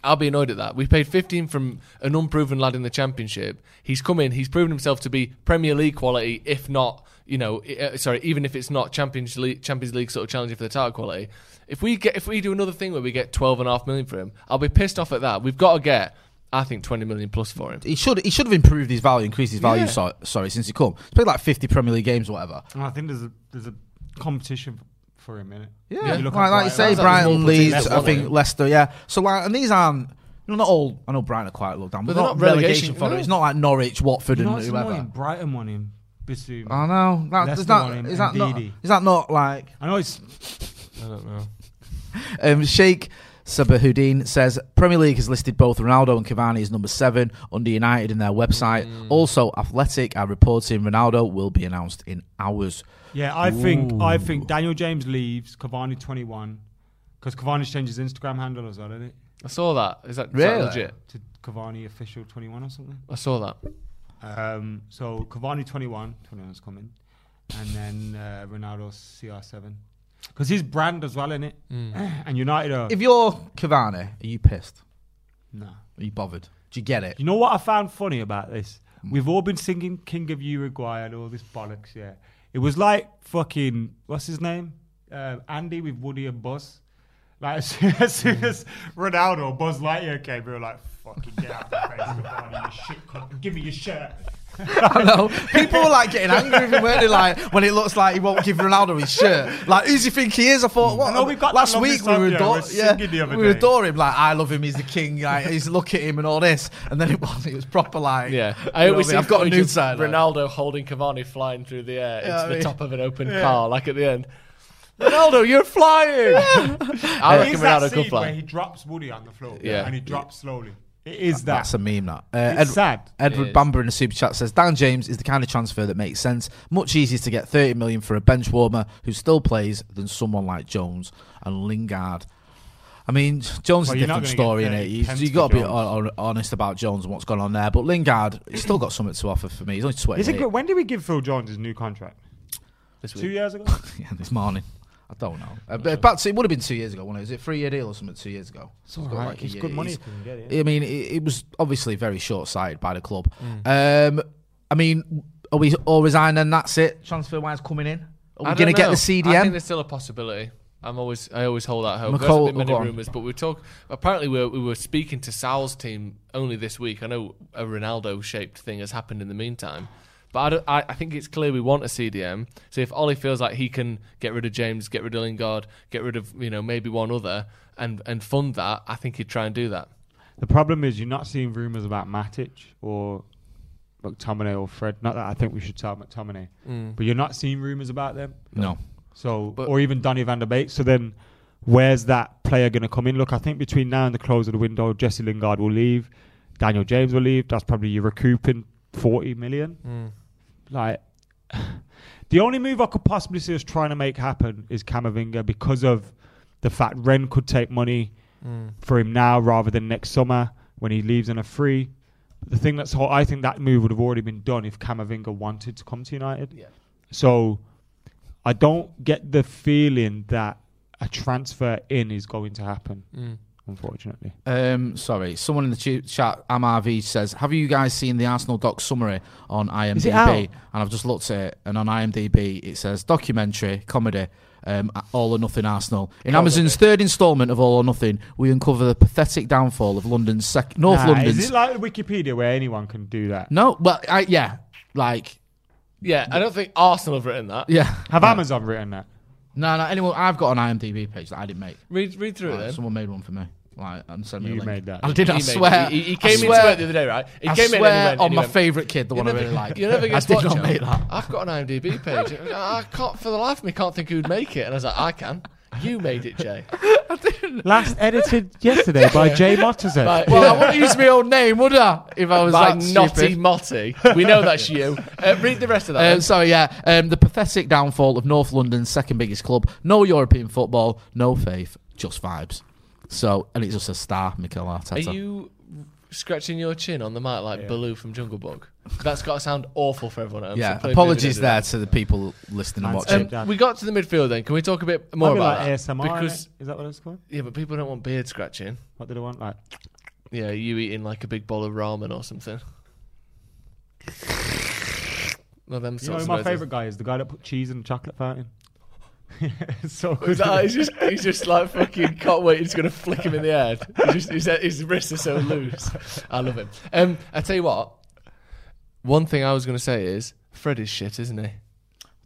B: I'll be annoyed at that. We paid 15 from an unproven lad in the championship. He's come in. He's proven himself to be Premier League quality, if not, you know, i- uh, sorry, even if it's not Champions League, Champions League sort of challenging for the title quality. If we get, if we do another thing where we get 12 and a half million for him, I'll be pissed off at that. We've got to get, I think, 20 million plus for him.
A: he should he should have improved his value, increased his value.
B: Yeah.
A: So, sorry, since he come, he's played like fifty Premier League games, or whatever.
C: And I think there's a there's a competition for him in it.
A: Yeah,
C: You
A: like,
C: look at
A: like you say,
B: Sounds
C: Brighton.
B: like
A: Brighton,
B: multiple teams
A: Leeds,
B: that
A: I
B: want
A: think
B: him.
A: Leicester, yeah. So like, and these aren't, you know, not all. I know Brighton are quite low down, but, they're not, relegation, fodder.
B: no.
A: It's not like Norwich, Watford,
C: You Um, know
A: and
C: what's annoying?
A: whoever.
C: Brighton won him. Basuma.
A: I know. That,
C: Leicester
A: is that,
C: want him
A: is that
C: and
A: not?
C: Didi.
A: Is that not like
C: I know it's
B: I don't know.
A: um, Sheikh Sabahuddin says Premier League has listed both Ronaldo and Cavani as number seven under United in their website. Also, Athletic are reporting Ronaldo will be announced in hours.
C: yeah. I think I think Daniel James leaves. Cavani twenty one because Cavani's changed his Instagram handle as well, didn't it?
B: I saw that. Is that, is
A: Really?
B: that legit?
C: To Cavani official twenty one or something.
B: I saw that.
C: Um, so Cavani 21, 21's coming, and then uh, Ronaldo CR7 because his brand as well in it. And United are
A: If you're Cavani, are you pissed?
C: nah.
A: Are you bothered? Do you get it?
C: You know what I found funny about this?
B: Hmm.
C: We've all been singing King of Uruguay and all this bollocks, yeah. It was like fucking, what's his name? Uh, Andy with Woody and Buzz. Like, as soon as,
B: Hmm.
C: soon as Ronaldo, Buzz Lightyear came, we were like, fucking get out of the face, Cavani, you shit cunt. Give me your shirt.
A: I know. People were like getting angry with him, weren't they? Like when it looks like he won't give Ronaldo his shirt. Like who's he think he is? I thought what?
C: know we've got
A: last
C: the
A: week
C: longest
A: we
C: time,
A: were
C: yeah,
A: adore,
C: we're
A: yeah,
C: singing the other
A: we
C: day.
A: adore him. Like I love him. He's the king. Like he's look at him and all this. And then it was it was proper like
B: Yeah,
A: you
B: I
A: know
B: always
A: what
B: see
A: mean? I've got a
B: footage
A: new
B: of
A: side.
B: Ronaldo holding Cavani flying through the air
A: Yeah,
B: into
A: I
B: the
A: mean-
B: top of an open car, like at the end. Ronaldo, you're flying! I
C: It
B: reckon
C: is
B: Ronaldo
C: that scene
B: could
C: where
B: fly.
C: he drops Woody on the floor
B: Yeah.
C: and he drops slowly. It is that.
A: That's a meme. That uh,
C: It's sad.
A: Edward
B: It is.
A: Bamber in the super chat says Dan James is the kind of transfer that makes sense. Much easier to get 30 million for a bench warmer who still plays than someone like Jones and Lingard. I mean, Jones is
C: Well,
A: a
C: you're not
A: different
C: gonna
A: story,
C: get
A: in
C: 30
A: it?
C: pence
A: You've
C: for
A: got to be
C: Jones.
A: hon- hon- honest about Jones and what's gone on there. But Lingard, he's still got something to offer for me. He's only 20.
C: Is it good? When did we give Phil Jones his new contract?
B: This
C: Two
B: week.
C: years ago?
A: yeah, this morning. I don't know. Uh, but but it would have been two years ago, wasn't it? Was it a three year deal or something two years ago?
C: It's
A: He's got
C: alright,
A: a
C: it's
A: year-
C: good money
A: he's-
C: if you can get it.
A: I mean, it, it was obviously very short sighted by the club.
C: Mm.
A: Um, I mean, are we all resigned and that's it? Transfer wise coming in? Are we
B: I
A: going to
B: don't
A: get the
B: know. I think
A: CDM?
B: there's still a possibility. I'm always, I always hold that hope.
A: McCall-
B: There's been many
A: go on.
B: rumours, but we talk. Apparently, we we were speaking to Sal's team only this week. I know a Ronaldo-shaped thing has happened in the meantime, but I, don't, I, I think it's clear we want a CDM. So if Ollie feels like he can get rid of James, get rid of Lingard, get rid of you know maybe one other, and and fund that, I think he'd try and do that.
C: The problem is you're not seeing rumours about Matic or McTominay or Fred. Not that I think we should sell McTominay, but you're not seeing rumours about them.
A: No.
C: So
B: But-
C: or even Donny van der Beek. So then where's that player going to come in? Look, I think between now and the close of the window, Jesse Lingard will leave, Daniel James will leave. That's probably you recouping 40 million.
B: Hmm.
C: Like the only move I could possibly see us trying to make happen is Camavinga because of the fact Ren could take money
B: Hmm.
C: for him now rather than next summer when he leaves on a free. The thing that's ho- I think that move would have already been done if Camavinga wanted to come to United.
B: Yeah.
C: So I don't get the feeling that a transfer in is going to happen. Unfortunately,
A: Um, sorry, someone in the ch- chat, MRV, says, Have you guys seen the Arsenal doc summary on IMDb?
C: it out?
A: And I've just looked at it, and on IMDb it says documentary, comedy, um, All or Nothing Arsenal. In Amazon's third instalment of All or Nothing, we uncover the pathetic downfall of London's sec- North
C: Nah,
A: London's.
C: Is it like Wikipedia where anyone can do that?
A: no, well, I, yeah. Like,
B: Yeah, I don't think Arsenal have written that.
A: yeah.
C: Have Amazon written that?
A: No, no. Anyone? I've got an IMDb page that I didn't make.
B: Read, read through
A: Like,
B: it then.
A: someone made one for me. Like, and sent me a
C: You
A: link.
C: made that,
A: I
C: didn't
A: did.
B: He
A: I
B: made it.
A: swear.
B: He, he
A: I
B: came
A: swear-
B: into work the other day, right? He
A: I
B: came in and he
A: swear
B: went-
A: on
B: he
A: my
B: went,
A: favorite kid, the one I
B: never-
A: really like.
B: You never
A: I
B: get
A: did
B: spot
A: not
B: Joe.
A: make that.
B: I've got an IMDb page. I can't for the life of me can't think who'd make it. And I was like, I can. You made it, Jay.
C: Last edited yesterday by Jay Motterzett.
B: Like,
A: Well, I wouldn't use my own name, would I? If I was
B: by
A: that
B: Naughty
A: stupid.
B: Motty. We know that's you. Uh, read the rest of that.
A: Um,
B: then.
A: so yeah, um, the pathetic downfall of North London's second biggest club. No European football, no faith, just vibes. So, and it's just a star, Mikel Arteta.
B: Are you scratching your chin on the mic like Baloo from Jungle Book? That's got to sound awful for everyone. At home,
A: yeah,
B: so please
A: apologies
B: maybe don't
A: there to the people listening and
C: Man's
A: watching.
C: tip.
B: do that. Um, we got to the midfield then. Can we talk a bit more
C: Might be
B: about
C: like
B: that?
C: ASMR.
B: because
C: innit? is that what it's called?
B: yeah, but people don't want beard scratching.
C: What did I want? Like
B: Yeah, you eating like a big bowl of ramen or something. Well, them
C: you
B: sorts
C: know, who
B: of
C: my
B: noises.
C: favorite guy is the guy that put cheese in the chocolate fountain. it's so good.
B: Is that- he's just he's just like fucking can't wait. He's gonna flick him in the head. He's just, his, his wrists are so loose. I love him. Um, I tell you what. One thing I was gonna say is Fred is shit, isn't he?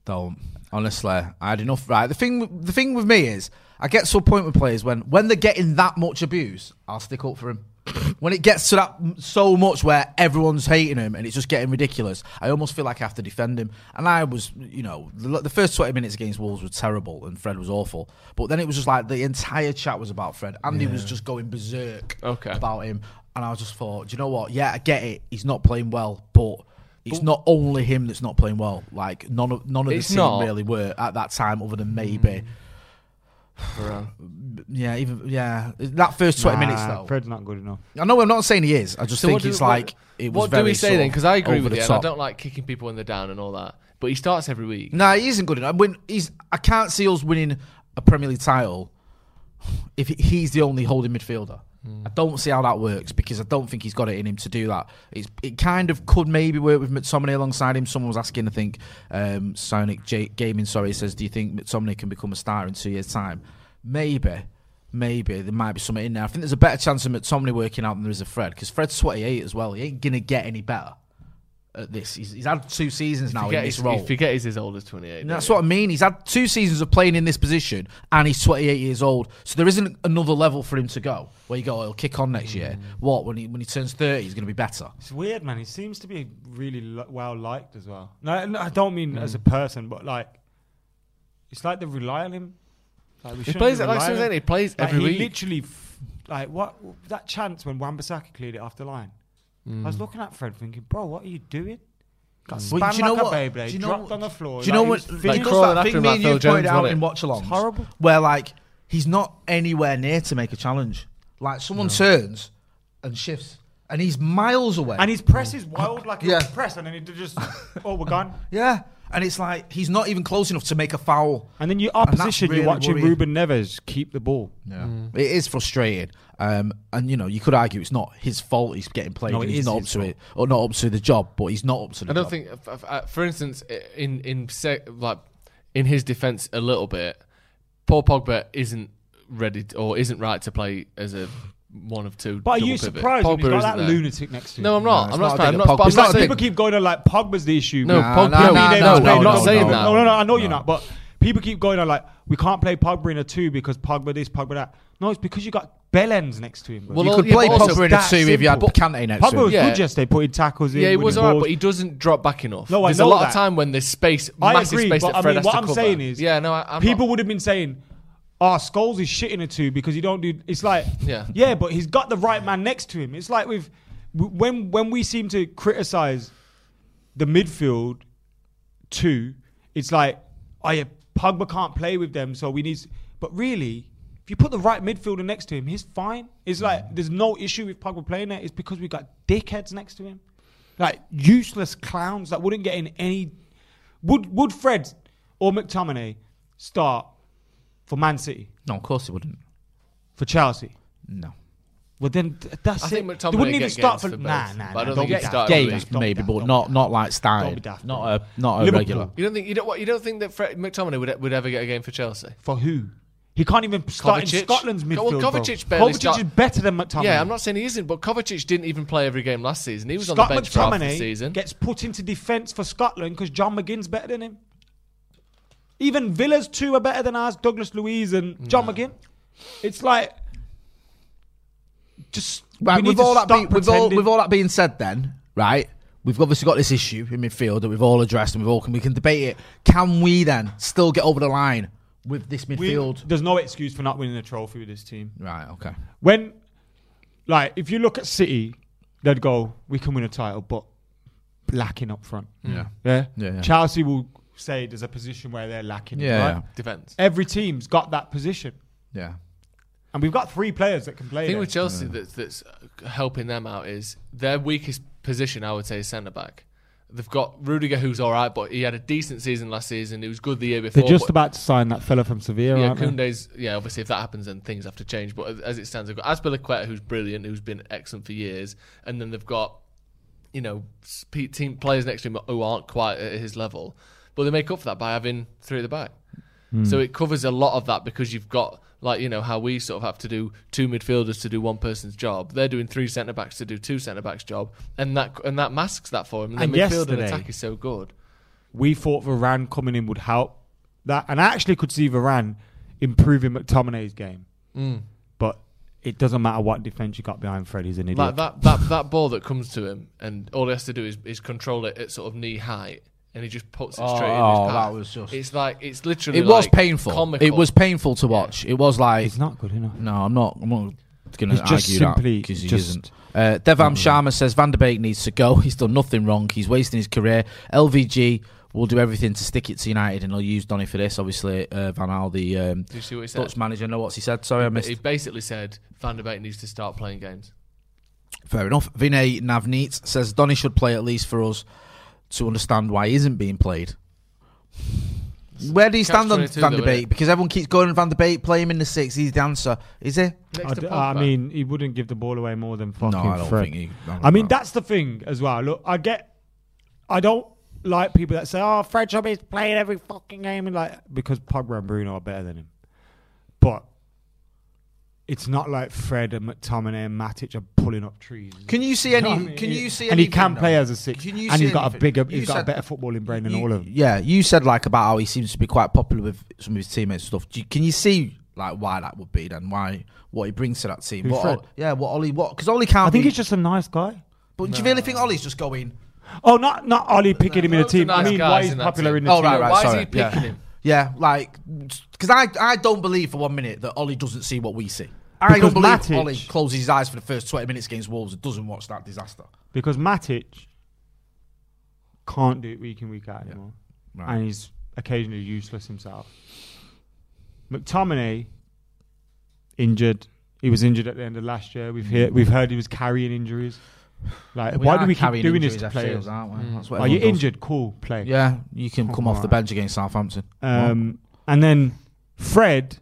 A: Don't honestly, I had enough. Right, the thing, the thing with me is, I get to a point with players when when they're getting that much abuse, I'll stick up for him. when it gets to that m- so much where everyone's hating him and it's just getting ridiculous, I almost feel like I have to defend him. And I was, you know, the, the first twenty minutes against Wolves were terrible and Fred was awful, but then it was just like the entire chat was about Fred. Andy was just going berserk
B: Okay.
A: about him, and I just thought, do you know what? Yeah, I get it. He's not playing well, but. It's not only him that's not playing well. Like none of none of the
B: It's
A: team
B: not. Mm.
A: really were at that time, other than maybe. Yeah, even yeah. That first twenty minutes
C: Nah,
A: though.
C: Fred's not good enough.
A: I know I'm not saying he is. I just
B: So
A: think
B: do-
A: it's like it was
B: what do
A: very
B: we say
A: sort
B: then?
A: of
B: Because I agree
A: over
B: with
A: the
B: you. And I
A: top.
B: don't like kicking people when they're down and all that. But he starts every week.
A: No, he isn't good enough. When he's, I can't see us winning a Premier League title if he- he's the only holding midfielder. I don't see how that works because I don't think he's got it in him to do that. It's, it kind of could maybe work with McTominay alongside him. Someone was asking, I think, um, Sonic J- Gaming, sorry, says, do you think McTominay can become a starter in two years' time? Maybe. Maybe there might be something in there. I think there's a better chance of McTominay working out than there is of Fred because Fred's 28 as well. He ain't going to get any better at this. He's, he's had two seasons now in
B: Forget
A: this
B: he's,
A: role.
B: you forget he's as old as 28.
A: And
B: don't
A: that's
B: you?
A: what I mean. He's had two seasons of playing in this position, and he's 28 years old. So there isn't another level for him to go. Where you go, oh, he'll kick on next year.
C: Mm.
A: What when he when he turns 30, he's going to be better.
C: It's weird, man. He seems to be really li- well liked as well. No, no, I don't mean as
B: Hmm.
C: a person, but like, it's like they rely on him. Like we
B: He
C: shouldn't
B: plays
C: be
B: it like
C: relying
B: Susan.
C: on-
B: He plays
C: Like,
B: every
C: he
B: week.
C: literally, f- like, what that chance when Wan-Bissaka cleared it off the line. I
B: Hmm.
C: was looking at Fred, thinking, "Bro, what are you doing?" Got
A: Well,
C: spun
A: do you know
C: like
A: what-
C: a
A: do
C: Beyblade,
A: you know
C: dropped
A: what-
C: on the floor.
A: Do you know
C: like,
A: what?
C: he was
A: Like,
C: finished.
A: does
B: crawling
A: that
B: after
A: thing
B: him
A: me
B: like
A: and
B: Phil
A: you pointed
B: Jones,
A: out
B: wasn't
A: in
B: it?
A: watch alongs?
C: horrible.
A: Where like he's not anywhere near to make a challenge. Like someone turns and shifts, and he's miles away.
C: and his press
B: oh.
C: is wild, like
A: Yeah.
C: yeah. press, and then he did just, "Oh, we're gone."
A: yeah, and it's like he's not even close enough to make a foul.
C: And then your
A: And that's
C: opposition,
A: really
C: you're watching
A: worrying.
C: Ruben Neves keep the ball.
A: Yeah.
C: Mm.
A: It is frustrating. Um, and you know, you could argue it's not his fault he's getting played
C: No,
A: and
C: it
A: he's
C: is
A: not up
C: his
A: to it or not up to the job, but he's not up to the
B: I don't
A: job.
B: think, f- f- uh, for instance, i- in in sec, like in his defense a little bit, Paul Pogba isn't ready to, or isn't right to play as a one of two.
C: But are
B: double
C: you
B: pivot.
C: surprised when he's
B: Pogba
C: got
B: isn't
C: that
B: there.
C: lunatic next to him?
B: No, I'm not.
A: No,
B: I'm
A: it's
B: not.
A: not a
B: surprised. I'm
A: dig
B: not.
A: at Pogba.
B: I'm
A: It's
B: not
A: not a
B: saying-
A: dig
C: people keep going on like Pogba's the issue.
B: No,
C: man.
B: Pogba-
A: nah,
B: no,
A: nah, nah,
B: no, no,
A: nah,
B: I'm
A: nah,
B: not saying
A: nah,
B: that.
C: No, no, no. I know you're not. But people keep going on like we can't play Pogba in a two because Pogba this, Pogba that. No, it's because you got Bellends next to him. Bro.
B: Well,
A: you
B: all-
A: could
B: yeah,
A: play
B: but also
A: Pogba in a
C: that
A: two if you had
C: simple.
A: Kante next to
C: Pogba
A: him.
C: was
B: Yeah.
C: good yesterday, putting tackles in.
B: Yeah, he
C: winning
B: was alright,
C: balls.
B: but he doesn't drop back enough.
C: No, I
B: there's
C: know
B: a lot
C: that.
B: of time when there's space,
C: I
B: massive
C: agree,
B: space
C: but
B: that
C: I
B: Fred
C: mean,
B: has
C: what
B: to
C: I'm
B: cover.
C: saying is,
B: yeah, no, I, I'm
C: people
B: not-
C: would have been saying, "Oh, Scholes is shitting a two because he don't do." It's like,
B: Yeah.
C: yeah, but he's got the right man next to him. It's like with w- when when we seem to criticize the midfield two, it's like, oh yeah, Pogba can't play with them, so we need. s-" But really. If you put the right midfielder next to him, he's fine. It's like
B: Mm.
C: there's no issue with Pogba playing there. It's because we got dickheads next to him, like useless clowns that wouldn't get in any would would Fred or McTominay start for Man City
A: No, of course he wouldn't.
C: for Chelsea?
A: No.
C: Well, then th- that's
B: I
C: it.
B: think McTominay
C: they wouldn't even
B: get games
C: start for
B: for
C: nah,
B: both,
C: nah,
B: but I
C: nah,
B: don't
C: don't
B: think he
C: be daft,
B: started
C: don't be
B: with
C: daft,
A: Games,
C: don't be
A: maybe,
C: daft,
A: but
C: don't
A: not
C: be
A: not like
C: Don't be
A: starting.
C: daft,
A: Not
C: don't
A: a not a
C: Liverpool.
A: regular.
B: You don't think you don't what, you don't think that Fred, McTominay would would ever get a game for Chelsea?
C: daft. for who? He can't even start
B: Kovacic.
C: in Scotland's
B: Well,
C: midfield. bro.
B: Kovacic barely
C: Kovacic
B: start-
C: is better than McTominay.
B: Yeah, I'm not saying he isn't, but Kovacic didn't even play every game last season. He was
C: Scott
B: on the bench for half the
C: McTominay
B: season.
C: gets put into defence for Scotland because John McGinn's better than him. Even Villa's two are better than ours, Douglas Louise and John McGinn. It's like just
A: Right,
C: we need
A: with
C: to
A: all that
C: stop
A: be, with all
C: pretending.
A: with all that being said, then right, we've obviously got this issue in midfield that we've all addressed and we've all can we can debate it. Can we then still get over the line with this
C: We-
A: midfield?
C: there's no excuse for not winning a trophy with this team.
A: right, okay.
C: When, like, if you look at City, they'd go, "We can win a title, but lacking up front."
A: Yeah.
C: Yeah,
A: Yeah, yeah.
C: Chelsea will say there's a position where they're lacking.
A: Yeah,
C: right?
A: yeah.
B: Defense.
C: Every team's got that position.
A: Yeah.
C: And we've got three players that can play.
B: The thing
C: there.
B: with Chelsea that's, that's helping them out is their weakest position, I would say, is centre back. They've got Rudiger, who's all right, but he had a decent season last season. He was good the year before.
C: They're just
B: but-
C: about to sign that fella from Sevilla,
B: Yeah,
C: aren't they?
B: Kunde's. Yeah, obviously, if that happens, then things have to change. But as- as it stands, they've got Aspilicueta, who's brilliant, who's been excellent for years, and then they've got you know s- pe- team players next to him who aren't quite at his level, but they make up for that by having three at the back.
C: Hmm.
B: So it covers a lot of that because you've got like you know how we sort of have to do two midfielders to do one person's job. They're doing three centre backs to do two centre backs' job, and that and that masks that for him. And,
C: And
B: the midfield and
C: yesterday-
B: attack is so good.
C: We thought Varane coming in would help that, and I actually could see Varane improving McTominay's game. But it doesn't matter what defense you got behind Fred; he's an idiot.
B: Like that, that, that ball that comes to him, and all he has to do is, is control it at sort of knee height, and he just puts it straight
A: Oh,
B: in his
A: oh,
B: path.
A: that was just-
B: It's like it's literally.
A: It was
B: like
A: painful.
B: Comical.
A: It was painful to watch. It was like
C: He's not good enough.
A: no, I'm not. I'm not going to
C: He's
A: argue
C: just simply
A: because he
C: just-
A: isn't. Uh, Devam
B: Mm.
A: Sharma says Van der Beek needs to go. He's done nothing wrong. He's wasting his career. LVG will do everything to stick it to United, and they'll use Donny for this. Obviously, uh, Van Al, the um,
B: Did you see what he said?
A: Dutch manager, know what's he said. Sorry, I missed.
B: He basically said Van der Beek needs to start playing games.
A: Fair enough. Vinay Navneet says Donny should play at least for us to understand why he isn't being played. Where do you stand on
B: 22
A: Van de
B: though, innit?
A: Beek? Because everyone keeps going on Van de Beek, play him in the six. He's the answer, is he?
B: Next
C: I,
B: to
C: d- I
B: Pogba.
C: mean, he wouldn't give the ball away more than fucking
A: I don't
C: Fred.
A: think he- I
C: I,
A: don't
C: mean,
A: know.
C: that's the thing as well. Look, I get, I don't like people that say, "Oh, Fred Chubb is playing every fucking game," and like because Pogba and Bruno are better than him. But it's not like Fred and McTominay and Matic are pulling up trees.
A: Can you see any?
C: I mean,
A: can
C: he-
A: you see?
C: And he
A: anything,
C: can play
A: though?
C: as a six,
A: Can
C: and
A: you
C: he's
A: see
C: got a
A: anything?
C: bigger,
A: You
C: he's got a
A: said-
C: better footballing brain than
A: you-
C: all of them.
A: Yeah, you said like about how he seems to be quite popular with some of his teammates and stuff. Do you, can you see like why that would be then? Why what he brings to that team?
C: Who,
A: what,
C: Fred?
A: Ol- yeah, what Ollie? What? Because Ollie can't.
C: I think
A: be,
C: he's just a nice guy.
A: But do you really think Ollie's just going?
C: Oh, not not Ollie picking him in the
B: Loads of
C: team. I
B: nice
C: mean,
B: guys
C: why he's
B: in that
C: popular
B: team.
C: in the
A: Oh,
C: team?
A: right, right.
B: Why is
A: sorry.
B: he
A: yeah.
B: picking him?
A: Yeah, like because I I don't believe for one minute that Ollie doesn't see what we see. I
C: Because
A: don't believe
C: Matic-
A: Ollie closes his eyes for the first twenty minutes against Wolves and doesn't watch that disaster.
C: Because Matic can't do it week in, week out anymore.
A: Right.
C: And he's occasionally useless himself. McTominay, injured. He was injured at the end of last year. We've, hear, we've heard he was carrying injuries. Like, why do
A: are
C: we keep
A: carrying
C: doing this
A: injuries
C: to
A: ourselves,
C: players?
A: aren't we? That's what
C: Are you
A: everyone does.
C: injured? Cool, play.
A: Yeah, you can Mm. come off the
C: Alright.
A: bench against Southampton.
C: Um, and then Fred,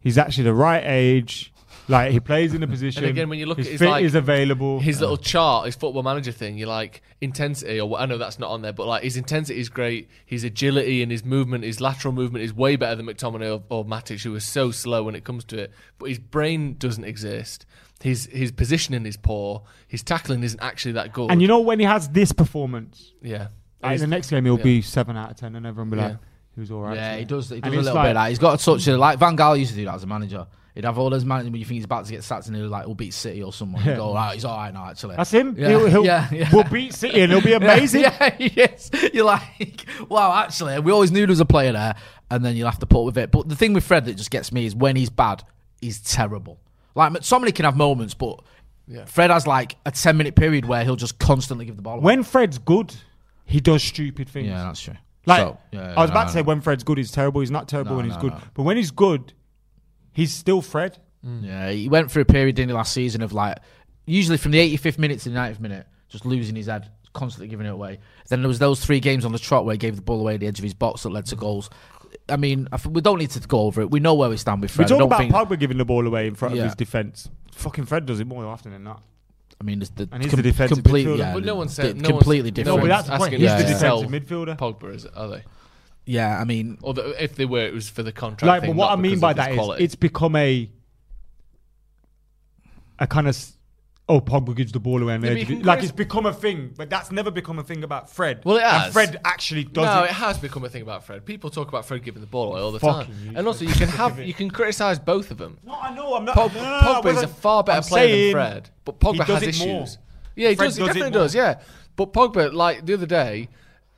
C: he's actually the right age. Like, he plays in the position.
B: again, when you look
C: his
B: at his,
C: fit
B: like,
C: is available.
B: His little chart, his football manager thing, you're like intensity, or I know that's not on there, but like his intensity is great. His agility and his movement, his lateral movement is way better than McTominay or, or Matic, who is so slow when it comes to it. But his brain doesn't exist. His his positioning is poor. His tackling isn't actually that good.
C: and you know, when he has this performance,
B: yeah,
C: Like, in the
B: He's-
C: next game, he'll
B: yeah.
C: be seven out of ten, and everyone will be
B: Yeah.
C: like, "He was all right."
A: Yeah,
C: today."
A: he does. He
C: And
A: does a
C: it's
A: little bit
C: like-
A: of that. He's got a touch of like Van Gaal used to do that as a manager. He'd have all those managers when you think he's about to get sacked, and he'll like, "We'll beat City or someone." He'd go, "All right, he's all right now, actually."
C: That's him.
A: Yeah,
C: He'll, he'll,
A: yeah, yeah.
C: We'll beat City, and he'll be amazing.
A: Yeah, yes. You're like, wow, actually, we always knew there was a player there, and then you'll have to put up with it. But the thing with Fred that just gets me is when he's bad, he's terrible. Like, somebody can have moments, but Fred has like a 10 minute period where he'll just constantly give the ball away.
C: When Fred's good, he does stupid things.
A: yeah, that's true.
C: Like
A: So, yeah,
C: I was about
A: no,
C: to say,
A: no.
C: when Fred's good, he's terrible. He's not terrible
A: No,
C: when he's
A: no,
C: good,
A: no.
C: but when he's good, he's still Fred.
B: Hmm.
A: Yeah, he went through a period in the last season of like, usually from the 85th minute to the 90th minute, just losing his head, constantly giving it away. Then there was those three games on the trot where he gave the ball away at the edge of his box that led
B: Hmm.
A: to goals. I mean, I f- we don't need to go over it. We know where we stand with
C: We
A: Fred. I
C: talk
A: don't
C: about
A: think,
C: Pogba giving the ball away in front
A: Yeah.
C: of his defense. Fucking Fred does it more often than not.
A: I mean, it's the,
C: And he's the defensive midfielder.
A: yeah,
B: But no one
A: the-
B: said no
A: completely
B: one's,
A: different.
C: No, but that's the
B: asking
C: point.
A: He's
B: us
A: the
B: to sell
C: defensive midfielder.
B: Pogba is, are they?
A: yeah, I mean,
B: Or the, if they were, it was for the contract.
C: like, but
B: thing,
C: what
B: not
C: I mean
B: because
C: by
B: of his
C: that is
B: quality.
C: it's become a a kind of s- oh Pogba gives the ball away, and
B: Yeah,
C: they
B: but you
C: give it-
B: can
C: like
B: crit-
C: it's become a thing. But that's never become a thing about Fred.
B: Well, it
C: And
B: has.
C: Fred actually does
B: no,
C: it.
B: it has become a thing about Fred. People talk about Fred giving the ball away all the
C: Fucking
B: time,
C: useless.
B: and also you can have you can criticize both of them.
C: No, I know. I'm not.
B: Pogba,
C: no, no, no, I
B: Pogba is a
C: wasn't-
B: far better
C: I'm
B: player
C: saying
B: than Fred, but
C: he
B: Pogba
C: does
B: has
C: it
B: issues.
C: more.
B: Yeah, he
C: Fred
B: does. He
C: does it
B: definitely
C: more.
B: does. Yeah, but Pogba, like the other day,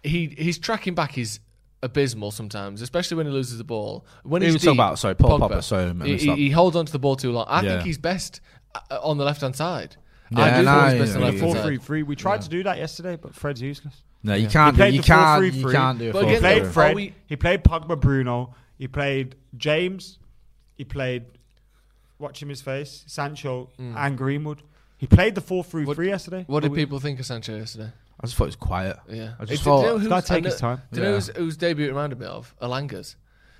B: he his tracking back is abysmal sometimes, especially when he loses the ball. When
A: Who
B: he's
A: we talking
B: deep,
A: about? Sorry, Paul Pogba, sorry, I
B: he,
A: missed
B: he,
A: that.
B: he holds onto the ball too long. I
A: Yeah.
B: think he's best uh, on the left hand side.
A: Yeah,
B: I do
A: nah,
B: think he's best on
A: yeah,
B: the left
C: In a
A: yeah,
B: hand
A: yeah.
B: side.
C: 4-3-3. We tried to do that yesterday, but Fred's useless.
A: no, you can't, do,
C: played
A: you
C: the full
A: can't,
C: three
A: you
C: through.
A: can't do it.
B: But
A: full
C: He
B: again,
A: three.
C: played
B: though,
C: Fred.
B: are we-
C: He played Pogba Bruno. He played James. He played watch him his face Sancho and Greenwood. He played the four through
B: Hmm. What-
C: three yesterday.
B: What
C: But
B: did
C: we-
B: people think of Sancho yesterday?
A: I just thought it was quiet.
B: Yeah,
A: I
B: Hey,
A: just
B: do you know
A: thought.
B: who's-
C: Gotta take
B: I know-
C: his time.
B: Do you know
A: Yeah.
B: who's, whose debut it reminded me of? Alanga's.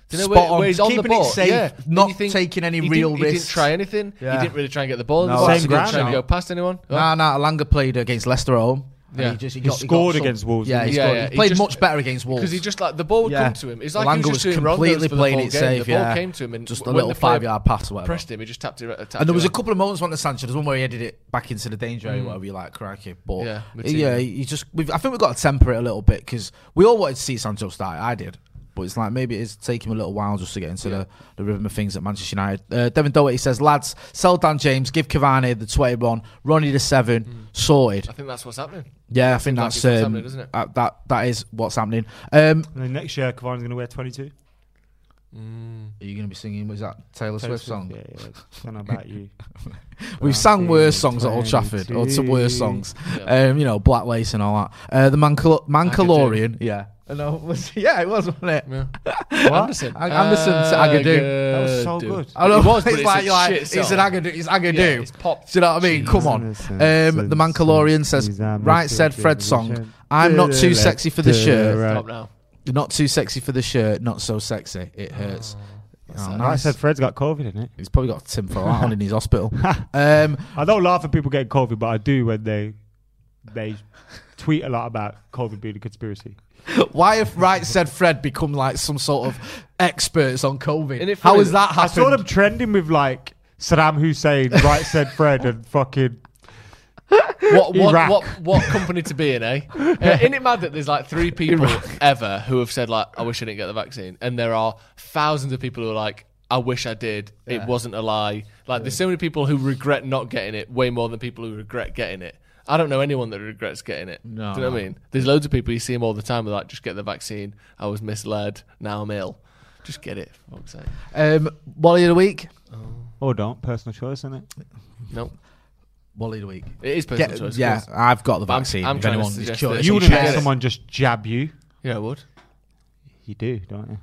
B: Do you know
A: Spot
B: where,
A: on.
B: where he's on the
A: Keeping it
B: ball?
A: safe,
B: yeah.
A: not
B: And you
A: taking any
B: he
A: real
B: didn't, He didn't
A: risks.
B: try anything.
A: Yeah.
B: He didn't really try and get the ball. in the
A: No,
B: box.
C: same
B: he didn't
C: ground
B: try and
C: now.
B: go past anyone. Oh.
A: Nah, nah, Alanga played against Leicester at home. and
B: Yeah.
A: he, just, he,
C: He
A: got, he
C: scored
A: got some-
C: against Wolves,
A: Yeah,
C: didn't
A: he
B: he?
A: scored.
B: Yeah, yeah,
A: He
B: he
A: played
B: just-
A: much better against Wolves
B: Because he just like the ball would
A: Yeah.
B: come to him. It's like
A: Alanga
B: he was,
A: was
B: just doing rondos
A: completely
B: for the
A: playing
B: whole
A: it
B: game.
A: safe,
B: The ball
A: yeah.
B: came to him and
A: Just a
B: when
A: little
B: the player
A: five-yard pass or whatever.
B: Pressed him. He just tapped it. tapped
A: And there was a
B: it
A: couple of moments when the Sanchez, there's one where he headed it back into the danger area, whatever you like, crikey. But
B: Mm. Yeah,
A: yeah,
B: Matinho.
A: yeah he just, we've, I think we've got to temper it a little bit because we all wanted to see Sancho start. I did. But it's like maybe it's taking him a little while just to get into the, the rhythm of things at Manchester United. Uh, Devin Doherty says, lads, sell Dan James, give Cavani the 21, Ronnie the 7, sorted.
B: Mm. I think that's what's happening.
A: Yeah, I think
B: like
A: that's
B: it's what's
A: um,
B: happening, isn't it?
A: uh, that that is what's happening. Um,
C: And then next year, Cavani's going to wear 22.
A: Are you going to be singing? Was that Taylor, Swift song?
C: Yeah, yeah. I don't know about you.
A: We've sang worse songs at Old Trafford, or some worse
C: 22.
A: songs. Um, you know, Black Lace and all that. Uh, the Mancalo- Mancalorian, yeah. I know. Was, yeah, it was, wasn't it?
B: Yeah. Anderson.
A: An- Anderson to Agadou.
C: That was so good.
A: I know.
B: It was, but
A: it's,
B: it's
A: like,
B: a
A: you're like,
B: shit
A: it's an
B: song.
A: Agadoo. It's Agadoo.
B: Yeah, it's
A: Do
B: pop.
A: you know what I mean? Come on. Um, the Mancalorian says, right said Fred song. I'm not too sexy for the shirt.
B: Stop now.
A: Not too sexy for the shirt. Not so sexy. It hurts. Oh,
C: Right
A: nice.
C: said Fred's got COVID in it.
A: He's probably got Tim for that on in his hospital. Um,
C: I don't laugh at people getting COVID, but I do when they they tweet a lot about COVID being a conspiracy.
A: Why have Right Said Fred become like some sort of experts on COVID?
B: And it
A: How
B: really-
A: has that
C: I
A: happened?
C: saw them trending with like Saddam Hussein, right said Fred, and fucking
B: What what,
C: Iraq.
B: what what company to be in, eh? Uh, isn't it mad that there's like three people ever who have said like, "I wish I didn't get the vaccine," and there are thousands of people who are like, "I wish I did. It wasn't a lie." Like, there's so many people who regret not getting it way more than people who regret getting it. I don't know anyone that regrets getting it.
A: No.
B: Do you know what I mean? There's loads of people you see them all the time. They're like, "Just get the vaccine. I was misled. Now I'm ill. Just get it." For fuck's sake.
A: um, Wally of the week.
C: or oh, don't personal choice, isn't it?
B: No,
A: Wally of the week.
B: it is personal
A: Get,
B: choice. of
A: yeah,
B: course.
A: I've got the
B: But I'm-
A: vaccine.
B: I'm
A: if
B: trying to
A: anyone is
B: suggest
A: curious.
B: that
C: You
B: You
C: wouldn't
B: should
C: let
B: get it.
C: someone just jab you.
B: yeah, I would.
C: You do, don't you?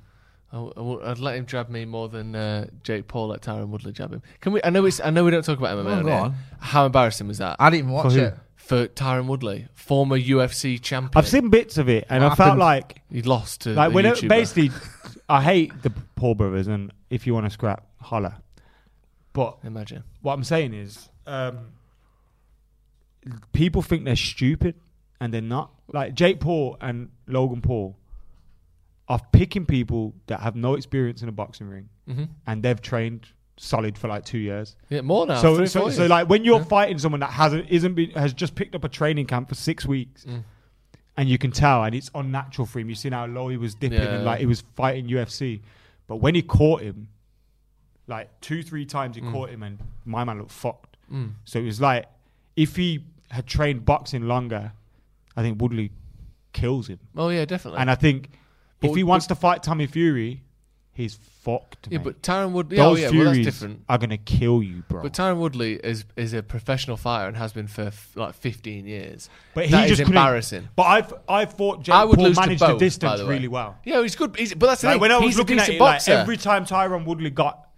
B: I w- I w- I'd let him jab me more than uh, Jake Paul let Tyron Woodley jab him. Can we? I know it's. I know we don't talk about MMA.
A: Oh,
B: on
A: go
B: here.
A: on.
B: How embarrassing was that
A: I didn't even watch
C: For who?
A: it.
B: for Tyron Woodley, former UFC champion?
C: I've seen bits of it, and
A: What
C: I felt
A: happened?
C: like
B: he lost to
C: like
B: the
C: when it,
B: YouTuber.
C: basically, I hate the Paul brothers, and if you want to scrap, holler. But
B: Imagine.
C: what I'm saying is, um, people think they're stupid, and they're not. Like Jake Paul and Logan Paul are picking people that have no experience in a boxing ring, and they've trained solid for like two years.
B: Yeah, more now.
C: so,
B: three,
C: so,
B: four
C: so
B: years.
C: like when you're fighting someone that hasn't isn't been has just picked up a training camp for six weeks,
B: Mm.
C: and you can tell, and it's unnatural for him. You've seen how low he was dipping,
B: Yeah.
C: and like he was fighting UFC, but when he caught him, like two three times
B: Mm.
C: he caught him, and my man looked fucked. So it was like if he had trained boxing longer, I think Woodley kills him,
B: oh yeah, definitely.
C: and uh, I think if
B: But-
C: he wants to fight Tommy Fury, he's fucked.
B: yeah,
C: mate.
B: but Tyron Woodley. oh
C: those
B: yeah, well
C: Furies
B: that's different.
C: are gonna kill you, bro.
B: But Tyron Woodley is is a professional fighter and has been for f- like 15 years.
C: But
B: That
C: he
B: is
C: just couldn't-
B: embarrassing.
C: But I've I thought Jake
B: I would
C: Paul
B: lose to
C: managed
B: both,
C: the
B: by
C: distance
B: the way.
C: really well.
B: Yeah, he's good. He's, but that's the
C: Like
B: thing.
C: when I was
B: he's
C: looking
B: a
C: at
B: decent
C: it, like,
B: boxer.
C: every time Tyron Woodley got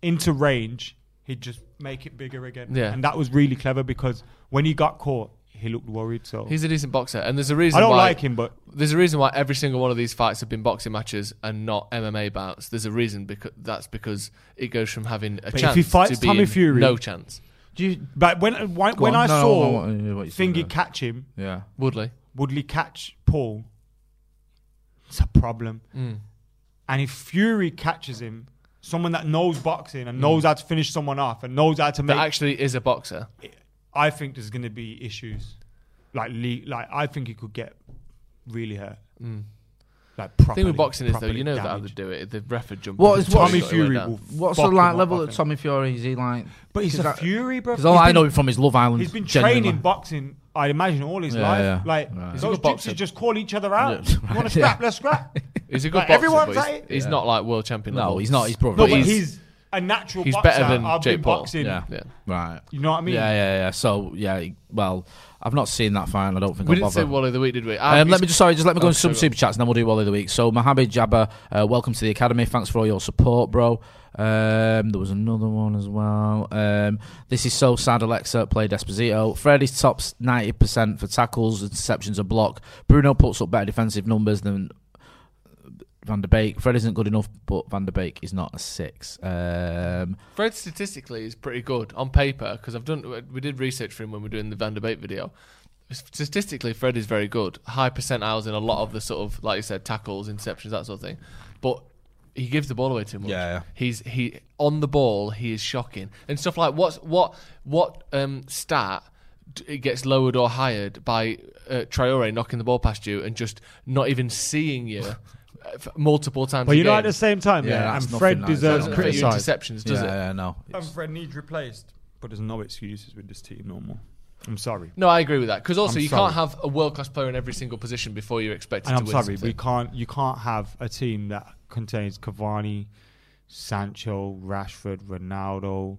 C: into range, he'd just make it bigger again.
B: Yeah.
C: and that was really clever because when he got caught, he looked worried. So
B: He's a decent boxer, and there's a reason.
C: I don't
B: why-
C: like him, but
B: There's a reason why every single one of these fights have been boxing matches and not MMA bouts. There's a reason because that's because it goes from having a
C: if
B: chance
C: he fights
B: to being
C: Tommy Fury-
B: no chance.
A: Do you,
C: but when when, when
A: on.
C: I
A: No,
C: saw
A: no, what- what you said
C: Thingy
A: there.
C: catch him,
A: yeah.
B: Woodley,
C: Woodley catch Paul, It's a problem.
B: Mm.
C: And if Fury catches him, someone that knows boxing and knows how to finish someone off and knows how to
B: Mm. that
C: make,
B: actually is a boxer.
C: I think there's going to be issues. Like, le- like I think he could get really hurt. Like
B: The
C: properly.
B: thing with boxing is though,
C: properly
B: you know that how they
C: damaged.
B: do it. The ref would jump.
A: What
B: in
A: is-
B: and
A: what-
B: try
C: Tommy
B: and got it
C: Fury
B: down.
C: will.
A: What's
C: fuck
A: the
C: him
A: like
C: up,
A: level
C: I
A: of
C: think.
A: Tommy Fury? Is he like?
C: But he's
A: Because
C: a
A: I-
C: Fury, bro.
A: Because all
C: He's
A: I
C: been-
A: know him from is Love Island.
C: He's been
A: genuinely.
C: training boxing, I imagine, all his
A: Yeah,
C: life.
A: yeah.
C: Like
A: Right.
B: He's a
C: those
B: good boxer.
C: gypsies just call each other out.
A: Yeah.
C: You want to
A: Yeah.
C: scrap? Let's scrap.
B: He's a good
C: Like,
B: boxer,
C: everyone's
B: but he's,
C: like-
B: he's not like world champion.
A: No,
B: level.
A: he's not. He's probably.
C: No, but
B: He's-
C: he's, a natural.
B: he's
C: boxer.
B: better than
C: I've
B: Jake
C: been
B: Paul.
C: boxing.
A: Yeah.
B: Yeah.
A: Right.
C: You know what I mean?
A: Yeah, yeah, yeah. So yeah, well, I've not seen that fight. and I don't think
B: We
A: I'll
B: didn't
A: bother.
B: say Wally of the Week, did we?
A: Um, let me just sorry, just let me go
B: Oh,
A: into some
B: sorry.
A: super chats and then we'll do Wally of the week. So Mohammed Jabba, uh, welcome to the academy. Thanks for all your support, bro. Um, there was another one as well. Um, this is so sad. Alexa played Esposito. Freddy's tops ninety percent for tackles, interceptions, a block. Bruno puts up better defensive numbers than Van der Beek. Fred isn't good enough, but Van der Beek is not a six. Um,
B: Fred statistically is pretty good on paper because I've done. We did research for him when we were doing the Van der Beek video. Statistically, Fred is very good, high percentiles in a lot of the sort of like you said tackles, interceptions, that sort of thing. But he gives the ball away too much.
A: Yeah, yeah.
B: he's he on the ball. He is shocking and stuff like what's what what um stat d- it gets lowered or hired by uh, Traore knocking the ball past you and just not even seeing you uh, f- multiple times.
D: But
B: a
D: you know,
B: game.
D: at the same time,
A: Yeah,
D: yeah,
A: that's
D: and
A: nothing
D: Fred
A: like that.
D: deserves
B: doesn't affect your
D: criticism.
B: interceptions, does
A: yeah,
B: it?
A: yeah, no.
C: And Fred needs replaced. But there's no excuses with this team no more. I'm sorry.
B: No, I agree with that. Because also,
C: I'm
B: you
C: sorry.
B: can't have a world class player in every single position before you're expected
C: And
B: to
C: I'm
B: win.
C: sorry, we
B: something.
C: can't. You can't have a team that contains Cavani, Sancho, Rashford, Ronaldo,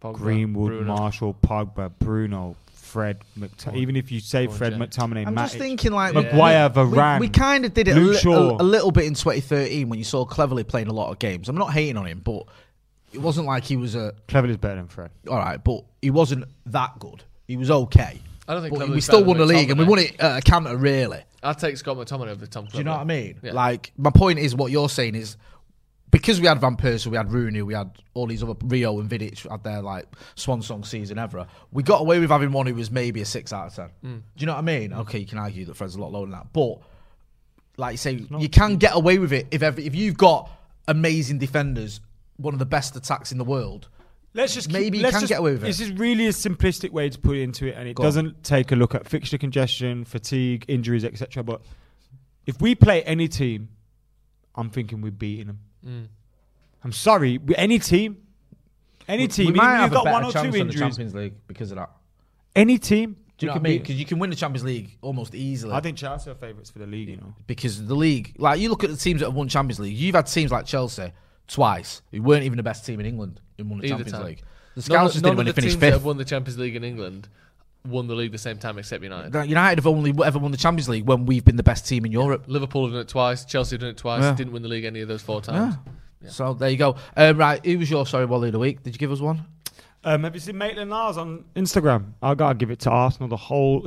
B: Pogba,
C: Greenwood,
B: Bruno.
C: Marshall, Pogba, Bruno, Fred McTominay. Even if you say Fred
B: James.
C: McTominay,
A: I'm just
C: Matic,
A: thinking like
C: Maguire,
A: we-
C: Varane.
A: We, kind of did it a,
C: Luke
A: li-
C: Shaw.
A: a, a little bit in 2013 when you saw cleverly playing a lot of games. I'm not hating on him, but it wasn't like he was a
C: Cleverly's better than Fred.
A: all right, but he wasn't that good. He was okay.
B: I don't think
A: but
B: Cleverly's
A: we still
B: better
A: won the
B: than
A: league and we
B: McTominay.
A: won it at a canter really.
B: I'll take Scott McTominay over Tom Cleverley.
A: Do you know what I mean?
B: Yeah.
A: Like my point is what you're saying is because we had Van Persie, we had Rooney, we had all these other Rio and Vidic had their like swan song season ever. We got away with having one who was maybe a six out of ten.
C: Hmm.
A: Do you know what I mean? Okay, you can argue that Fred's a lot lower than that, but like you say, you can get away with it if every, if you've got amazing defenders, one of the best attacks in the world.
C: Let's just keep-
A: Maybe you
C: let's
A: can
C: just-
A: get away with it.
C: This is really a simplistic way to put it into it, and it
A: Go on.
C: doesn't take a look at fixture congestion, fatigue, injuries, etc. But if we play any team, I'm thinking we're beating them. I'm sorry, we- any team, any
A: We-
C: team,
A: we
C: even
A: might
C: if
A: have
C: you've
A: a
C: got
A: better
C: one or
A: chance
C: two
A: of the
C: injuries.
A: Champions League because of that.
C: Any team,
A: Do you know
C: can
A: what I mean?
C: beat-
A: Because you can win the Champions League almost easily.
C: I think Chelsea are favourites for the league. You know,
A: because the league, like you look at the teams that have won Champions League, you've had teams like Chelsea twice, who weren't even the best team in England and won the
B: Either
A: Champions
B: time.
A: League. The
B: None,
A: Scousers
B: of-
A: did
B: none
A: when
B: of
A: they
B: the teams
A: finished
B: that have
A: fifth.
B: won the Champions League in England won the league the same time except United.
A: That United have only ever won the Champions League when we've been the best team in Europe.
B: Liverpool have done it twice. Chelsea have done it twice.
A: Yeah.
B: Didn't win the league any of those four times.
A: So there you go. Um, right, who was your sorry Wally of the week? Did you give us one?
C: um, have you seen Maitland Niles on Instagram? I gotta give it to Arsenal, the whole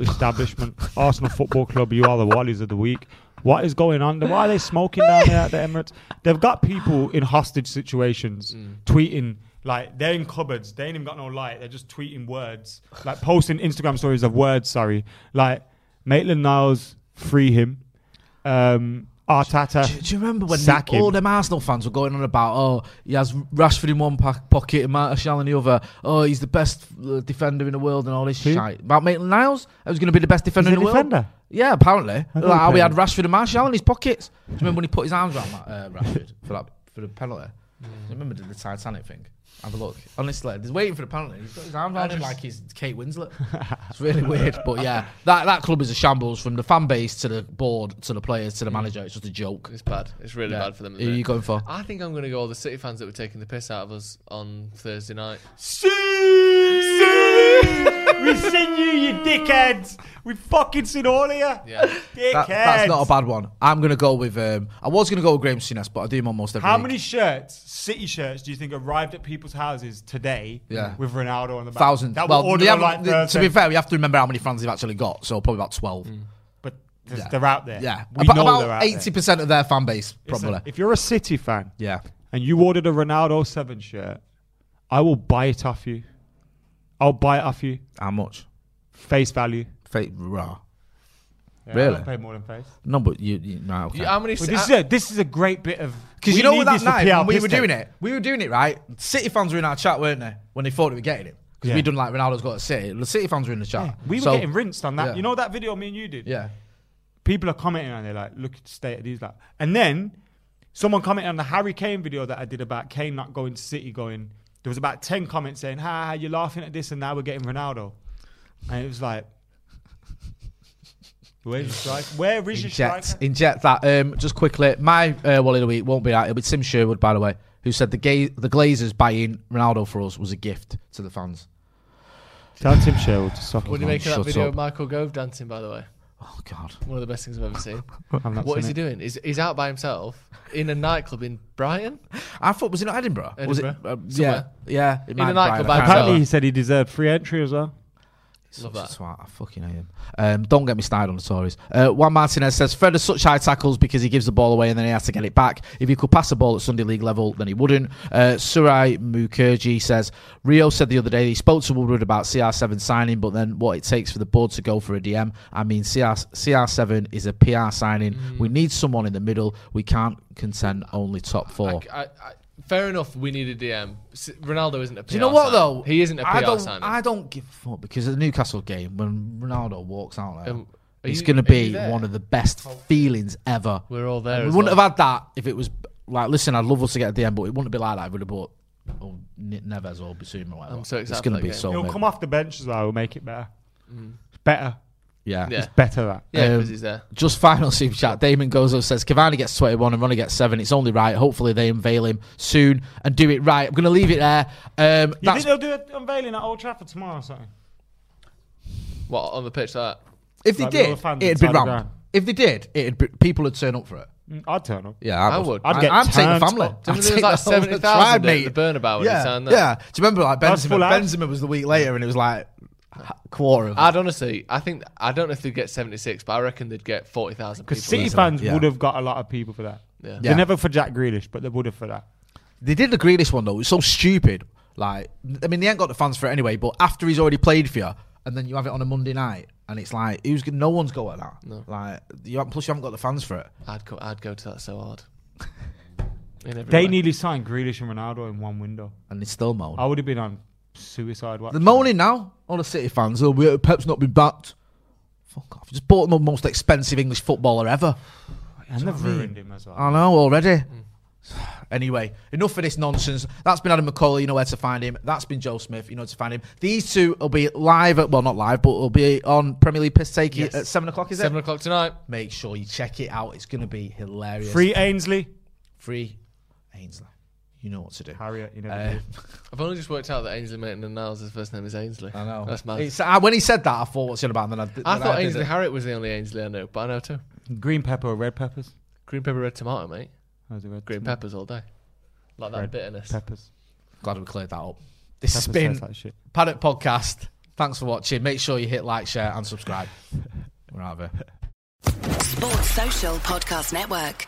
C: establishment, Arsenal Football Club. You are the Wallies of the week. What is going on? Why are they smoking down there at the Emirates? They've got people in hostage situations
A: Mm.
C: tweeting like they're in cupboards. They ain't even got no light. They're just tweeting words, like posting Instagram stories of words. Sorry, like Maitland Niles, free him. Um, Arteta.
A: Do, do you remember when
C: sack
A: the-
C: him.
A: all them Arsenal fans were going on about, oh, he has Rashford in one pack, pocket and Martial in the other. Oh, he's the best uh, defender in the world and all this
C: Who?
A: shit. About Maitland-Niles, I was going to be the best defender
C: He's
A: in
C: a
A: the world.
C: defender?
A: Yeah, apparently.
C: I thought
A: Like,
C: he
A: how we
C: played.
A: had Rashford and Martial in his pockets. Do you remember when he put his arms around Ma- uh, Rashford for that for the penalty? Do you remember the, the Titanic thing? Have a look. Honestly, he's waiting for the penalty. He's got his arms around him like he's Kate Winslet. It's really weird, but yeah, that that club is a shambles from the fan base to the board to the players to the manager. It's just a joke.
B: It's bad. It's really
A: Yeah.
B: bad for them. at the
A: Who are
B: minute.
A: you going for?
B: I think I'm going to go all the City fans that were taking the piss out of us on Thursday night.
C: See! we seen you, you dickheads! We fucking seen all of you!
B: Yeah.
C: Dickheads!
A: That, that's not a bad one. I'm gonna go with. Um, I was gonna go with Graham Souness, but I do him almost every.
C: How
A: week.
C: many shirts, city shirts, do you think arrived at people's houses today
A: Yeah.
C: with Ronaldo on the back?
A: thousands?
C: That
A: well,
C: were ordered
A: they
C: on
A: haven't-
C: like uh,
A: they- to be
C: Thursday,
A: fair, we have to remember how many fans they've actually got. So probably about twelve.
B: Mm.
C: But there's-
A: Yeah.
C: they're out there.
A: Yeah,
C: We
A: about,
C: know
A: about
C: they're out
A: eighty percent of their fan base
C: there. Listen,
A: probably.
C: if you're a City fan
A: yeah,
C: and you ordered a Ronaldo 7 shirt, I will buy it off you. I'll buy it off you.
A: how much?
C: Face value.
A: Fake raw.
C: Yeah,
A: Really?
C: I play more than face.
A: No, but you, you right, okay.
B: You- how many? s-
C: Well,
B: uh,
C: this, is a, this is a great bit of
A: Because
C: we
A: you know
C: need
A: with that
C: this for
A: night
C: PR
A: when we
C: piss
A: were
C: take.
A: doing it, we were doing it right. City fans were in our chat, weren't they? When they thought they were getting him, because
C: Yeah.
A: we done like Ronaldo's got a City. The City fans were in the chat.
C: Yeah, we were
A: So-
C: getting rinsed on that.
A: yeah.
C: You know that video me and you did.
A: Yeah,
C: People are commenting on it, like, look at the state of these. Like, and then someone commented on the Harry Kane video that I did about Kane not going to City. Going, there was about ten comments saying, "Ha, ha, you're laughing at this," and now we're getting Ronaldo. And it was like, where's your strike? Where is your
A: inject,
C: strike?
A: inject that. Um, just quickly, my uh, wallet of the week won't be that. It'll be Tim Sherwood, by the way, who said the gay, the Glazers buying Ronaldo for us was a gift to the fans.
C: Tell Tim Sherwood to suck
B: What do you make of that
A: Shut
B: video
A: up.
B: of Michael Gove dancing? By the way,
A: Oh God,
B: one of the best things I've ever seen.
C: not
B: what
C: seen
B: is he
C: it.
B: doing? Is he's out by himself in a nightclub in Brighton?
A: I thought was it not Edinburgh?
B: Edinburgh?
A: Was it?
B: Somewhere.
A: Yeah, yeah. It
B: a
A: might be
B: nightclub,
A: Brighton.
B: I bet.
C: Apparently,
B: Apparently,
C: he
B: he
C: said he deserved free entry as well.
B: Love
A: Such a
B: that.
A: twat. I fucking hate him. Um, don't get me started on the Tories. Uh, Juan Martinez says Fred has such high tackles because he gives the ball away and then he has to get it back. If he could pass the ball at Sunday League level, then he wouldn't. Uh, Surai Mukherjee says Rio said the other day he spoke to Woodward about CR7 signing, but then what it takes for the board to go for a DM. I mean, CR, CR7 is a PR signing.
B: Mm.
A: We need someone in the middle. We can't contend only top four.
B: I, I, fair enough. We need a DM. S- Ronaldo isn't a. PR
A: Do you know what
B: signing.
A: though?
B: He isn't a PR
A: I don't,
B: signing.
A: I don't give a fuck because at the Newcastle game when Ronaldo walks out there,
B: Um, are
A: it's
B: you-
A: going to
B: are
A: be
B: you there?
A: one of the best feelings ever.
B: We're all there
A: And
B: as
A: we wouldn't
B: well.
A: have had that if it was like, listen, I'd love us to get a DM, but it wouldn't be like that. It would have bought oh, N- Neves or Basuma or whatever.
B: I'm so
A: It's
B: excited
A: going
B: for
A: to
B: that
A: be
B: game.
A: so.
C: He'll
A: mad.
C: come off the bench as well. We'll make it better. It's better.
A: Yeah.
B: Yeah.
C: It's better that.
B: yeah,
A: Um,
B: because he's there.
A: Just final super chat. Damon Gozo says Cavani gets 21 and Ronnie gets 7. It's only right. Hopefully they unveil him soon and do it right. I'm going to leave it there. Um,
C: You
A: that's
C: think they'll do an unveiling at Old Trafford tomorrow or something?
B: What on the pitch? That
A: If they
C: Like, all
A: did,
C: the fans
A: it'd be
C: inside the
A: rammed.
C: ground.
A: If they did, it'd be, people would turn up for it.
C: Mm, I'd turn up.
A: Yeah,
B: I would.
C: I'd get
A: I'm taking
C: turned
A: family.
C: up.
B: Do you
A: I'd
B: remember there was
A: take
B: like
A: the whole of the
B: 70,000
A: tribe,
B: at the
A: mate.
B: Bernabeu when he
A: yeah,
B: signed that?
A: Yeah. Do you remember like
C: That's
A: Benzema?
C: full out.
A: Benzema was the week later, and it was like a quarter of.
B: I'd honestly, I think I don't know if they'd get seventy six, but I reckon they'd get forty thousand people.
C: Because City
A: easily,
C: fans
A: yeah.
C: would have got a lot of people for that.
B: Yeah.
C: They
A: Yeah.
C: never for Jack Grealish, but they would have for that.
A: They did the Grealish one though. It was so stupid. Like, I mean, they ain't got the fans for it anyway. But after he's already played for you, and then you have it on a Monday night, and it's like, who's gonna- no one's going at that. Like, you haven't- plus you haven't got the fans for it.
B: I'd go, I'd go to that so hard. In every
C: They
B: way.
C: nearly signed Grealish and Ronaldo in one window.
A: And it's still moan.
C: I would have been on suicide watch.
A: The moaning now, all the City fans, oh, we- Pep's not been backed. Fuck off. Just bought the most expensive English footballer ever.
C: and they've ruined him as well.
A: I know already. Anyway, enough of this nonsense. That's been Adam McCauley. You know where to find him. That's been Joe Smith. You know where to find him. These two will be live at, well, not live, but will be on Premier League Piss Take
C: Yes.
A: at 7 o'clock, is
B: seven
A: it?
B: o'clock tonight.
A: Make sure you check it out. It's going to be hilarious.
C: Free Ainsley.
A: Free Ainsley. You know what to do.
C: Harriet, you know.
A: Uh,
B: I've only just worked out that Ainsley Maitland Niles' first name is Ainsley.
A: I know.
B: That's mad.
A: It's- I- when he said that, I thought, what's it about? And then I, did-
B: I
A: then
B: thought
A: did
B: Ainsley
A: it.
B: Harriet was the only Ainsley I know, but I know too.
C: green pepper or red peppers?
B: Green pepper, red tomato, mate.
C: How's it red?
B: Green
C: Tomato-
B: peppers all day. Like that
C: Red
B: bitterness.
C: Peppers.
A: Glad we cleared that up. This has
C: Peppers
A: been
C: sounds like shit.
A: Paddock Podcast. Thanks for watching. Make sure you hit like, share, and subscribe. We're out of here.
D: Sports Social Podcast Network.